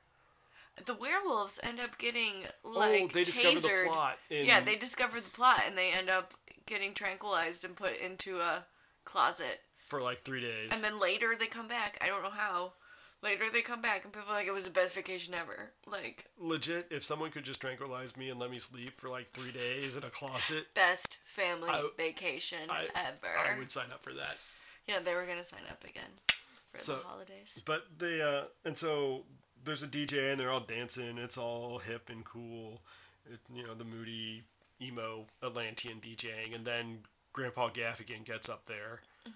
S2: The werewolves end up getting like
S1: Oh, they discover the
S2: tasered.
S1: plot in-
S2: Yeah, they discover the plot and they end up getting tranquilized and put into a closet.
S1: for like 3 days
S2: And then later they come back. I don't know how. Later they come back and people are like it was the best vacation ever. Like
S1: legit if someone could just tranquilize me and let me sleep for like 3 days in a closet
S2: best family
S1: I-
S2: vacation
S1: I-
S2: ever.
S1: I would sign up for that.
S2: Yeah, they were gonna sign up again for
S1: So-
S2: the holidays.
S1: But they uh and so there's a DJ and they're all dancing. It's all hip and cool. It, you know, the moody emo Atlantean DJing and then Grandpa Gaffigan gets up there and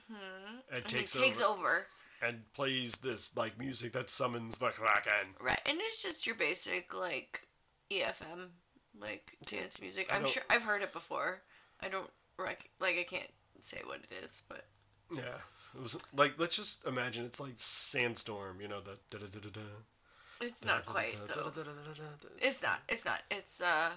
S2: He
S1: takes,
S2: takes
S1: over,
S2: over.
S1: and plays this like music that summons the Kraken.
S2: Right, and it's just your basic like EFM like dance music. I'm
S1: don't-
S2: sure I've heard it before. I don't rec- like I can't say what it is, but
S1: Yeah. It was like let's just imagine it's like Sandstorm, you know, the da da da da da.
S2: it's not quite though. It's not. It's not. It's uh,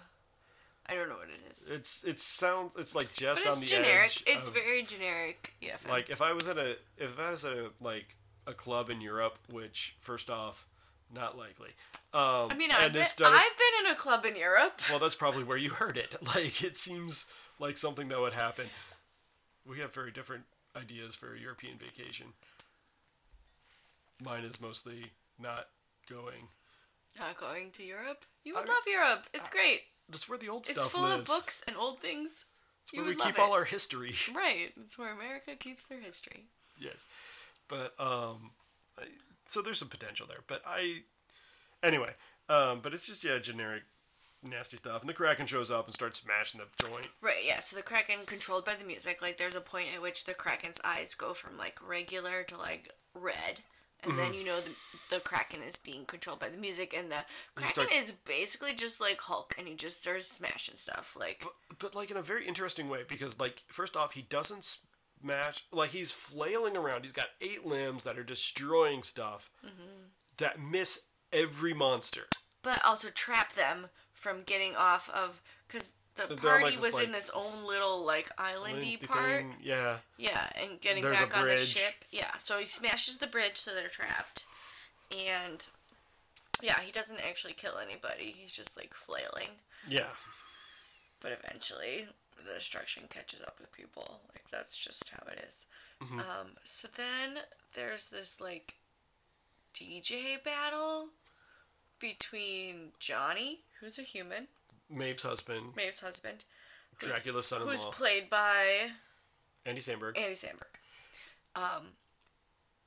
S2: I don't know what it is.
S1: It's it sounds it's like
S2: But
S1: just on the
S2: it's generic.
S1: edge.
S2: It's
S1: of-
S2: very generic E EFM.
S1: like if I was at a if I was at a like a club in Europe, which first off, not likely. Um,
S2: I mean,
S1: and
S2: I've been,
S1: it started-
S2: I've been in a club in Europe.
S1: well, that's probably where you heard it. Like it seems like something that would happen. We have very different ideas for a European vacation. Mine is mostly not going.
S2: Not going to Europe. You would
S1: I-
S2: love Europe. It's great.
S1: That's where the old
S2: It's
S1: stuff
S2: full
S1: lives.
S2: of books and old things.
S1: It's
S2: You
S1: where
S2: would
S1: we keep
S2: love
S1: all
S2: it.
S1: our history.
S2: Right. It's where America keeps their history.
S1: yes but um I, so there's some potential there but i anyway um but it's just yeah generic nasty stuff and the kraken shows up and starts smashing the joint
S2: Right, yeah. So the Kraken controlled by the music, like there's a point at which the Kraken's eyes go from like regular to like red. And then you know the, the Kraken is being controlled by the music, and the
S1: Mm-hmm. You
S2: Kraken
S1: start-
S2: is basically just like Hulk, and he just starts smashing stuff. Like,
S1: but like in a very interesting way because like first off he doesn't smash like he's flailing around he's got eight limbs that are destroying stuff
S2: Mm-hmm.
S1: that miss every monster
S2: but also trap them from getting off of because the
S1: They're on,
S2: party
S1: like, this,
S2: was in
S1: like-
S2: this own little like islandy
S1: Like,
S2: part.
S1: thing- yeah
S2: Yeah, and getting
S1: There's a
S2: back on the
S1: bridge.
S2: ship. Yeah, so he smashes the bridge so they're trapped. And yeah, he doesn't actually kill anybody. He's just like flailing.
S1: Yeah.
S2: But eventually, the destruction catches up with people. Like that's just how it is.
S1: Mm-hmm.
S2: Um, so then there's this like DJ battle between Johnny, who's a human,
S1: Maeve's husband,
S2: Maeve's husband, who's-
S1: Dracula's son in
S2: who's
S1: law,
S2: played by
S1: Andy Samberg,
S2: Andy Samberg. Um,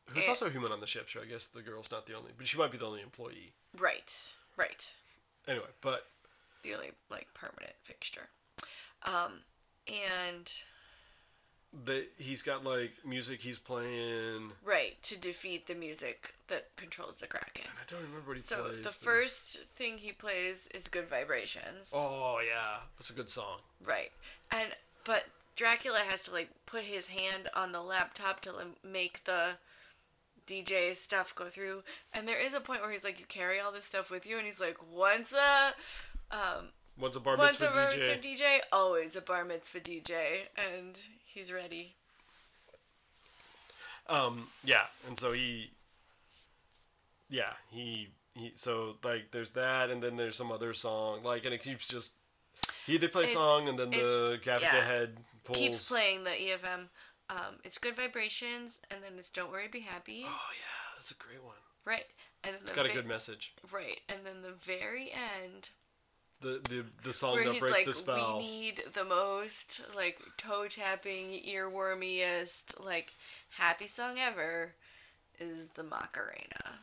S1: who's
S2: eh.
S1: also a human on the ship, so I guess the girl's not the only, but she might be the only employee.
S2: right, right.
S1: Anyway, but
S2: The only like permanent fixture. Um, and
S1: the, he's got like music he's playing.
S2: right to defeat the music that controls the kraken.
S1: I don't remember what he
S2: So
S1: plays.
S2: the
S1: but-
S2: first thing he plays is "Good Vibrations,"
S1: Oh yeah, that's a good song.
S2: right? And but Dracula has to like put his hand on the laptop to like, make the DJ stuff go through. And there is a point where he's like, "You carry all this stuff with you," and he's like, "Once a
S1: Once a bar
S2: once
S1: mitzvah
S2: a bar
S1: DJ.
S2: mitzvah DJ, always a bar mitzvah DJ," and he's ready.
S1: Um, yeah, and so he, yeah, he, he, so like there's that, and then there's some other song, like, and it keeps just, he, they play a
S2: It's-
S1: song, and then the
S2: it's-
S1: Gattaca
S2: yeah.
S1: head pulls.
S2: Keeps playing the EFM. Um, it's "Good Vibrations," and then it's "Don't Worry, Be Happy,"
S1: Oh yeah, that's a great one.
S2: right? And then the
S1: It's got a
S2: ve-
S1: good message.
S2: right, and then the very end.
S1: The the the song
S2: where
S1: Oh, that
S2: he's
S1: breaks
S2: like,
S1: the spell.
S2: we need the most like toe tapping, earwormiest, like happy song ever is the Macarena.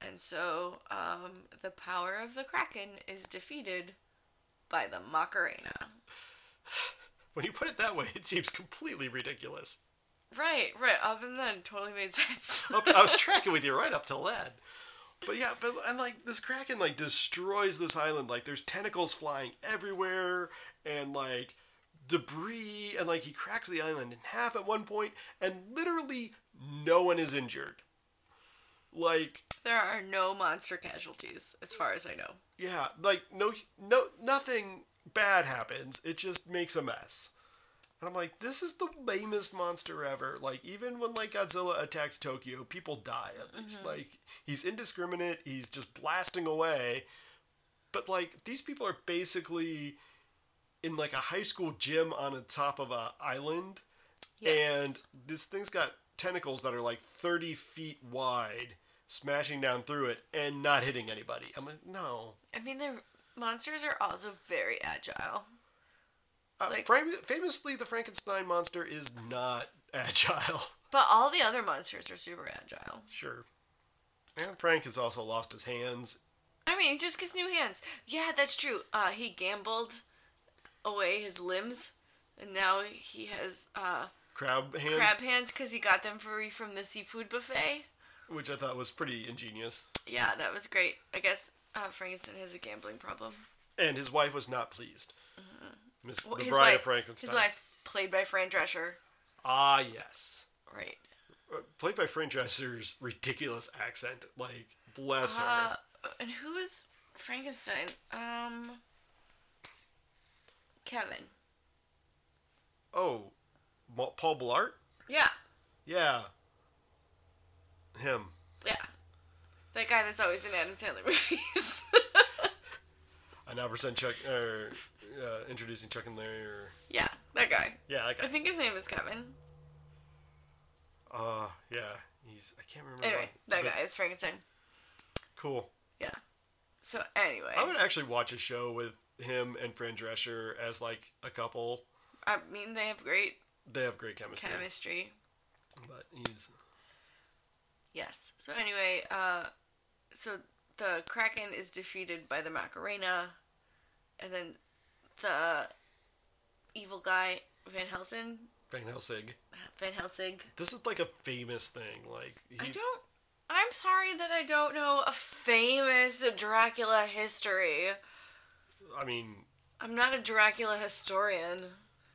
S2: And so um, the power of the Kraken is defeated by the Macarena.
S1: When you put it that way, it seems completely ridiculous.
S2: Right, right. Other than that, it totally made sense.
S1: Up- I was tracking with you right up till then. But yeah, but and like this kraken like destroys this island. Like there's tentacles flying everywhere, and like debris, and like he cracks the island in half at one point, and literally no one is injured. Like
S2: there are no monster casualties, as far as I know.
S1: yeah, like no no nothing bad happens. It just makes a mess. And I'm like, this is the lamest monster ever. Like even when like Godzilla attacks Tokyo, people die at least. Like he's indiscriminate, he's just blasting away. But like these people are basically in like a high school gym on the top of a island and this thing's got tentacles that are like 30 feet wide smashing down through it and not hitting anybody i'm like no
S2: I mean, the monsters are also very agile.
S1: uh,
S2: Like-
S1: fam- famously the frankenstein monster is not agile
S2: But all the other monsters are super agile.
S1: sure and frank has also lost his hands
S2: I mean, he just gets new hands. Yeah, that's true. Uh, he gambled away his limbs, and now he has uh,
S1: crab hands
S2: crab hands because he got them free from the seafood buffet.
S1: which i thought was pretty ingenious
S2: Yeah, that was great. I guess uh, Frankenstein has a gambling problem.
S1: and his wife was not pleased Miss,
S2: Mm-hmm. Well,
S1: the bride
S2: wife,
S1: of frankenstein
S2: His wife, played by Fran Drescher.
S1: ah yes
S2: Right.
S1: Uh, played by fran dresser's ridiculous accent like bless
S2: Uh,
S1: her
S2: and who's Frankenstein? Um, Kevin.
S1: oh Ma- paul blart
S2: Yeah,
S1: Yeah. Him.
S2: yeah. That guy that's always in Adam Sandler movies.
S1: I now present Chuck, or uh, introducing Chuck and Larry, or
S2: yeah, Mm-hmm. that guy.
S1: yeah, that
S2: I
S1: guy.
S2: think his name is Kevin.
S1: Uh, yeah, he's I can't remember.
S2: Anyway,
S1: why,
S2: that
S1: but
S2: guy is Frankenstein.
S1: Cool.
S2: Yeah. So anyway,
S1: I would actually watch a show with him and Fran Drescher as like a couple.
S2: I mean they have great
S1: They have great chemistry.
S2: chemistry.
S1: But he's
S2: Yes. So anyway, uh, so the Kraken is defeated by the Macarena, and then the evil guy Van Helsing.
S1: Van Helsing.
S2: Van Helsing.
S1: This is like a famous thing. Like he,
S2: I don't. I'm sorry that I don't know a famous Dracula history.
S1: I mean,
S2: I'm not a Dracula historian.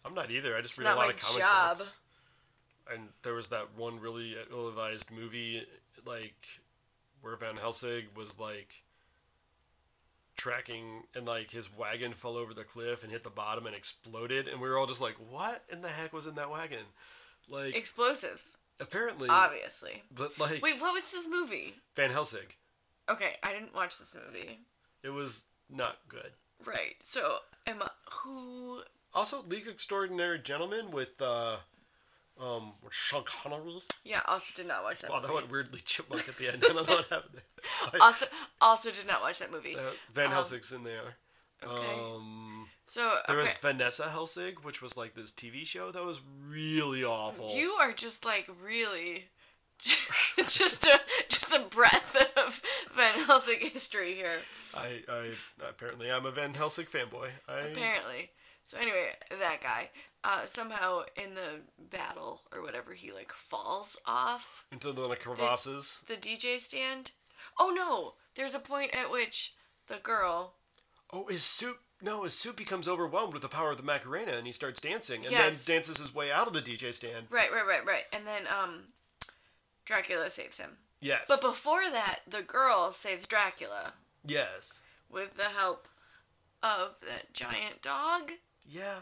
S1: I'm not either. I just
S2: It's
S1: read
S2: not
S1: a lot
S2: my
S1: of comic
S2: job.
S1: books. And there was that one really ill-advised movie, like where Van Helsing was like tracking, and like his wagon fell over the cliff and hit the bottom and exploded, and we were all just like, "What in the heck was in that wagon?" Like,
S2: Explosives.
S1: Apparently,
S2: obviously.
S1: but like
S2: Wait, what was this movie?
S1: Van Helsing,
S2: Okay, I didn't watch this movie.
S1: it was not good.
S2: Right. So, am I, who?
S1: Also, League of Extraordinary Gentlemen with uh, um, with Sean Connery.
S2: Yeah, also did not watch that.
S1: Wow, that
S2: movie.
S1: went weirdly chipmunk at the end. I don't know what happened there.
S2: Also, also did not watch that movie.
S1: Uh, Van Helsing's in there.
S2: Um, okay.
S1: Um,
S2: so,
S1: there
S2: okay.
S1: was Vanessa Helsing, which was like this TV show that was really awful.
S2: You are just like really, just a just a breath of Van Helsing history here.
S1: I, I apparently I'm a Van Helsing fanboy. I
S2: Apparently. So anyway, that guy uh, somehow in the battle or whatever he like falls off
S1: into the crevasses.
S2: the DJ stand. Oh no! There's a point at which the girl.
S1: Oh, is soup? No, his soup becomes overwhelmed with the power of the Macarena, and he starts dancing, and
S2: Yes.
S1: then dances his way out of the DJ stand.
S2: Right, right, right, right. And then um, Dracula saves him.
S1: Yes.
S2: But before that, the girl saves Dracula
S1: yes.
S2: with the help of that giant dog.
S1: Yeah,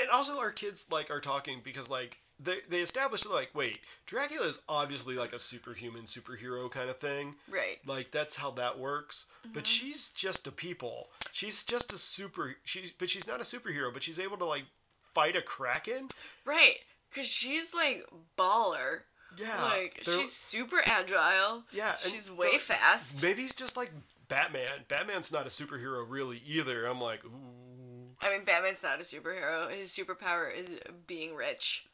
S1: and also our kids like are talking because like they they established like wait Dracula is obviously like a superhuman superhero kind of thing.
S2: Right.
S1: Like that's how that works.
S2: Mm-hmm.
S1: But she's just a people. She's just a super. She's but she's not a superhero. But she's able to like fight a kraken.
S2: Right. Cause she's like baller.
S1: Yeah,
S2: Like
S1: they're-
S2: she's super agile.
S1: Yeah, and
S2: She's way
S1: the-
S2: fast.
S1: Maybe he's just like Batman. Batman's not a superhero really either. I'm like, ooh.
S2: I mean, Batman's not a superhero. His superpower is being rich,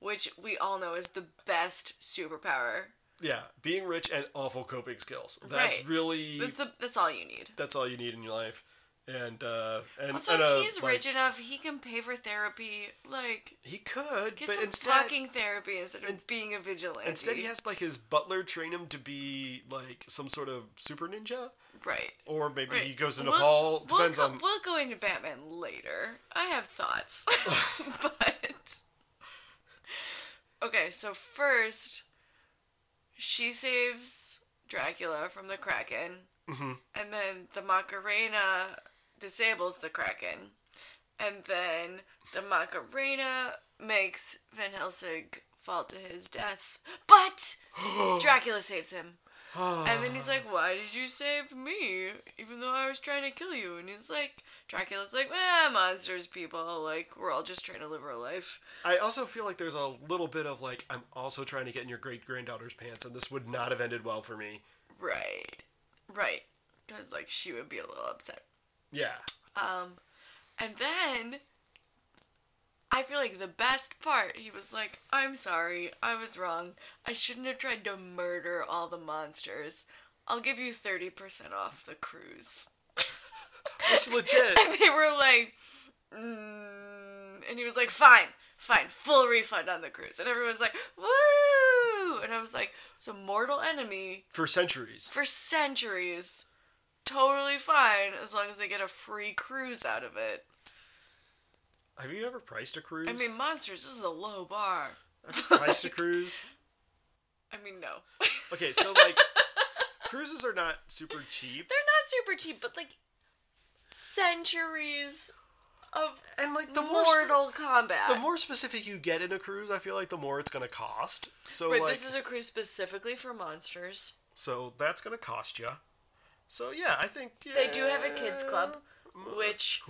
S2: which we all know is the best superpower.
S1: yeah, being rich and awful coping skills. That's
S2: Right.
S1: really
S2: That's the, that's all you need.
S1: that's all you need in your life. And uh, and
S2: Also,
S1: and, uh,
S2: he's
S1: like,
S2: rich enough. He can pay for therapy. Like,
S1: He could,
S2: get
S1: but
S2: some
S1: instead,
S2: fucking therapy instead of being a vigilante.
S1: instead he has like his butler train him to be like some sort of super ninja,
S2: right.
S1: or maybe
S2: Right.
S1: he goes into
S2: We'll-
S1: Paul. Depends
S2: we'll go,
S1: on.
S2: We'll go into Batman later. I have thoughts, but okay. So first, she saves Dracula from the Kraken,
S1: Mm-hmm.
S2: and then the Macarena disables the Kraken, and then the Macarena makes Van Helsing fall to his death, but Dracula saves him. And then he's like, "Why did you save me, even though I was trying to kill you?" And he's like, "Dracula's like, eh, monsters, people. Like, we're all just trying to live our life."
S1: I also feel like there's a little bit of like I'm also trying to get in your great granddaughter's pants, and this would not have ended well for me.
S2: Right, right. Because like she would be a little upset.
S1: Yeah,
S2: Um, and then I feel like the best part, he was like, "I'm sorry, I was wrong. I shouldn't have tried to murder all the monsters. I'll give you thirty percent off the cruise."
S1: it's legit.
S2: and they were like, mm, and he was like, fine, fine, full refund on the cruise. And everyone was like, woo! And I was like, so mortal enemy
S1: for centuries.
S2: for centuries, totally fine as long as they get a free cruise out of it.
S1: Have you ever priced a cruise?
S2: I mean, monsters, this is a low bar.
S1: priced a cruise.
S2: I mean, no.
S1: Okay, so like cruises are not super cheap,
S2: They're not super cheap, but like centuries of
S1: and like the more sp-
S2: mortal combat.
S1: the more specific you get in a cruise, I feel like the more it's gonna cost. So
S2: Right,
S1: like
S2: this is a cruise specifically for monsters.
S1: So that's gonna cost you. So yeah, I think
S2: They do have a
S1: yeah. Mm,
S2: kids club, which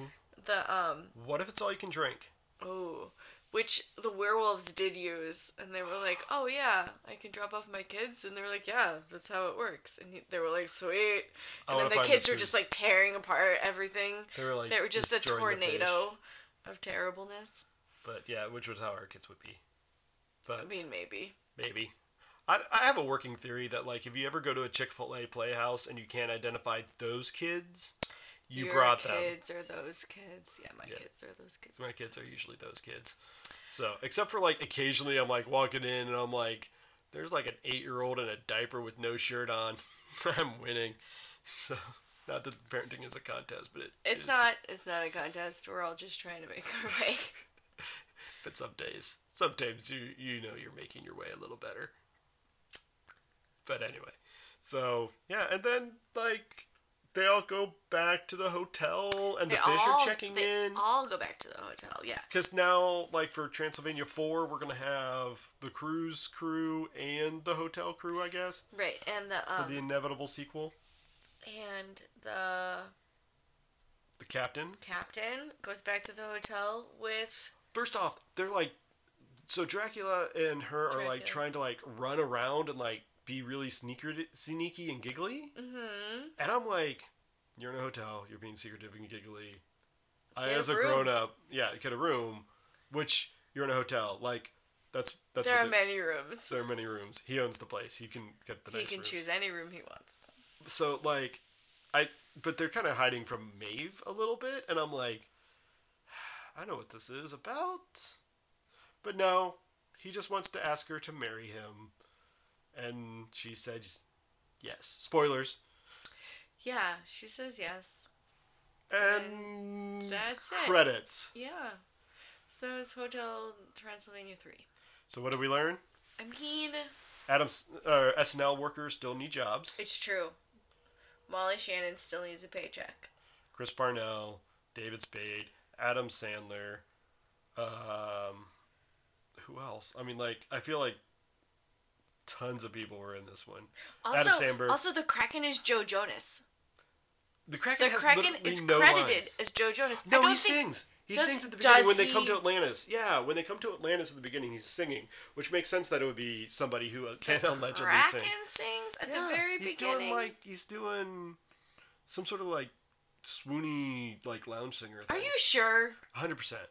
S2: the um
S1: What if it's all you can drink?
S2: oh, which the werewolves did use, and they were like, oh yeah, I can drop off my kids, and they were like, yeah, that's how it works, and he- they were like, sweet,
S1: I
S2: and
S1: wanna
S2: then the
S1: find
S2: kids
S1: this
S2: were just
S1: who's-
S2: like tearing apart everything.
S1: They were, like,
S2: they were just a
S1: destroying the fish.
S2: tornado of terribleness.
S1: But yeah, which was how our kids would be.
S2: I
S1: But
S2: mean, maybe.
S1: maybe. I, I have a working theory that like if you ever go to a Chick Fil A playhouse and you can't identify those kids, you
S2: Your
S1: brought them.
S2: kids are those kids. Yeah, my kids are those kids.
S1: My kids are usually those kids. So except for like occasionally, I'm like walking in and I'm like, there's like an eight year old in a diaper with no shirt on. I'm winning. So not that parenting is a contest, but it
S2: It's not. It's not a contest. We're all just trying to make our way.
S1: But some days, sometimes you you know you're making your way a little better. But anyway, so yeah, and then like they all go back to the hotel and
S2: They
S1: the fish
S2: all-
S1: are checking
S2: they
S1: in.
S2: all go back to the hotel. Yeah.
S1: Because now, like for Transylvania 4, we're going to have the cruise crew and the hotel crew, I guess,
S2: Right. And the
S1: for
S2: um
S1: the inevitable sequel.
S2: and the
S1: The captain.
S2: captain goes back to the hotel with
S1: First off, they're like, so Dracula and her are like
S2: Dracula.
S1: trying to like run around and like be really sneaker- sneaky and giggly.
S2: hmm
S1: And I'm like, you're in a hotel, you're being secretive and giggly. I,
S2: Get a
S1: as a
S2: room.
S1: grown up, yeah, get a room, which you're in a hotel. Like, that's that's
S2: there
S1: what
S2: are
S1: they-
S2: many rooms.
S1: there are many rooms. He owns the place. He can get the
S2: He
S1: nice
S2: can
S1: rooms.
S2: choose any room he wants.
S1: So like, I but they're kind of hiding from Maeve a little bit, and I'm like, I know what this is about, but no, he just wants to ask her to marry him, and she says yes. Spoilers.
S2: Yeah, she says yes.
S1: And
S2: that's it.
S1: credits.
S2: Yeah. So it's Hotel Transylvania 3.
S1: So what did we learn?
S2: I mean,
S1: Adams uh, SNL workers still need jobs.
S2: it's true. Molly Shannon still needs a paycheck.
S1: Chris Parnell, David Spade, Adam Sandler, um, who else? I mean, like I feel like tons of people were in this one.
S2: Also,
S1: Adam Sandberg.
S2: also the Kraken is Joe Jonas.
S1: The Kraken
S2: The
S1: has
S2: Kraken
S1: literally
S2: is
S1: no
S2: credited
S1: lines.
S2: as Joe Jonas. I
S1: No,
S2: don't
S1: he
S2: think-
S1: sings. He
S2: does-
S1: sings at the
S2: does
S1: beginning when they come
S2: he-
S1: to Atlantis. Yeah, when they come to Atlantis at the beginning, he's singing, which makes sense that it would be somebody who uh, can allegedly sing.
S2: Kraken sings at the very
S1: he's
S2: beginning.
S1: doing like he's doing some sort of like swoony like lounge singer.
S2: Are
S1: thing.
S2: you sure?
S1: hundred percent?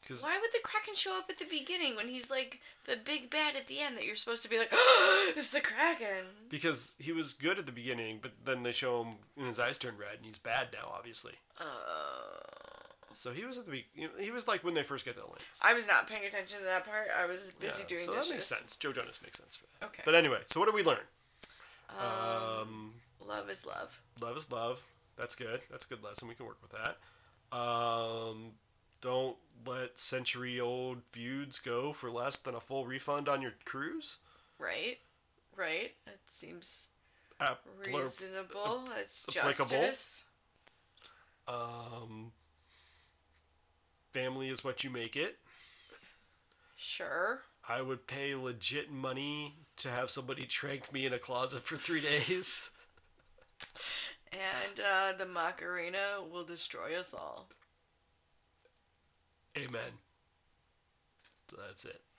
S1: Because
S2: Why would the Kraken show up at the beginning when he's like the big bad at the end that you're supposed to be like, it's the Kraken?
S1: because he was good at the beginning, but then they show him and his eyes turn red, and he's bad now, obviously.
S2: Uh,
S1: So he was at the be- you know, he was like when they first get to Atlantis.
S2: I was not paying attention to that part. I was busy
S1: Yeah,
S2: doing
S1: so
S2: dishes.
S1: that makes sense. Joe Jonas makes sense for that.
S2: Okay.
S1: But anyway, so what did we learn?
S2: Um,
S1: Um,
S2: love is love.
S1: love is love. That's good. That's a good lesson. We can work with that. Um, don't let century old feuds go for less than a full refund on your cruise.
S2: Right? Right? It seems
S1: Uh, blurb.
S2: reasonable. It's
S1: applicable.
S2: justice.
S1: Um, family is what you make it.
S2: Sure.
S1: I would pay legit money to have somebody trank me in a closet for three days.
S2: And uh, the Macarena will destroy us all.
S1: Amen. So that's it.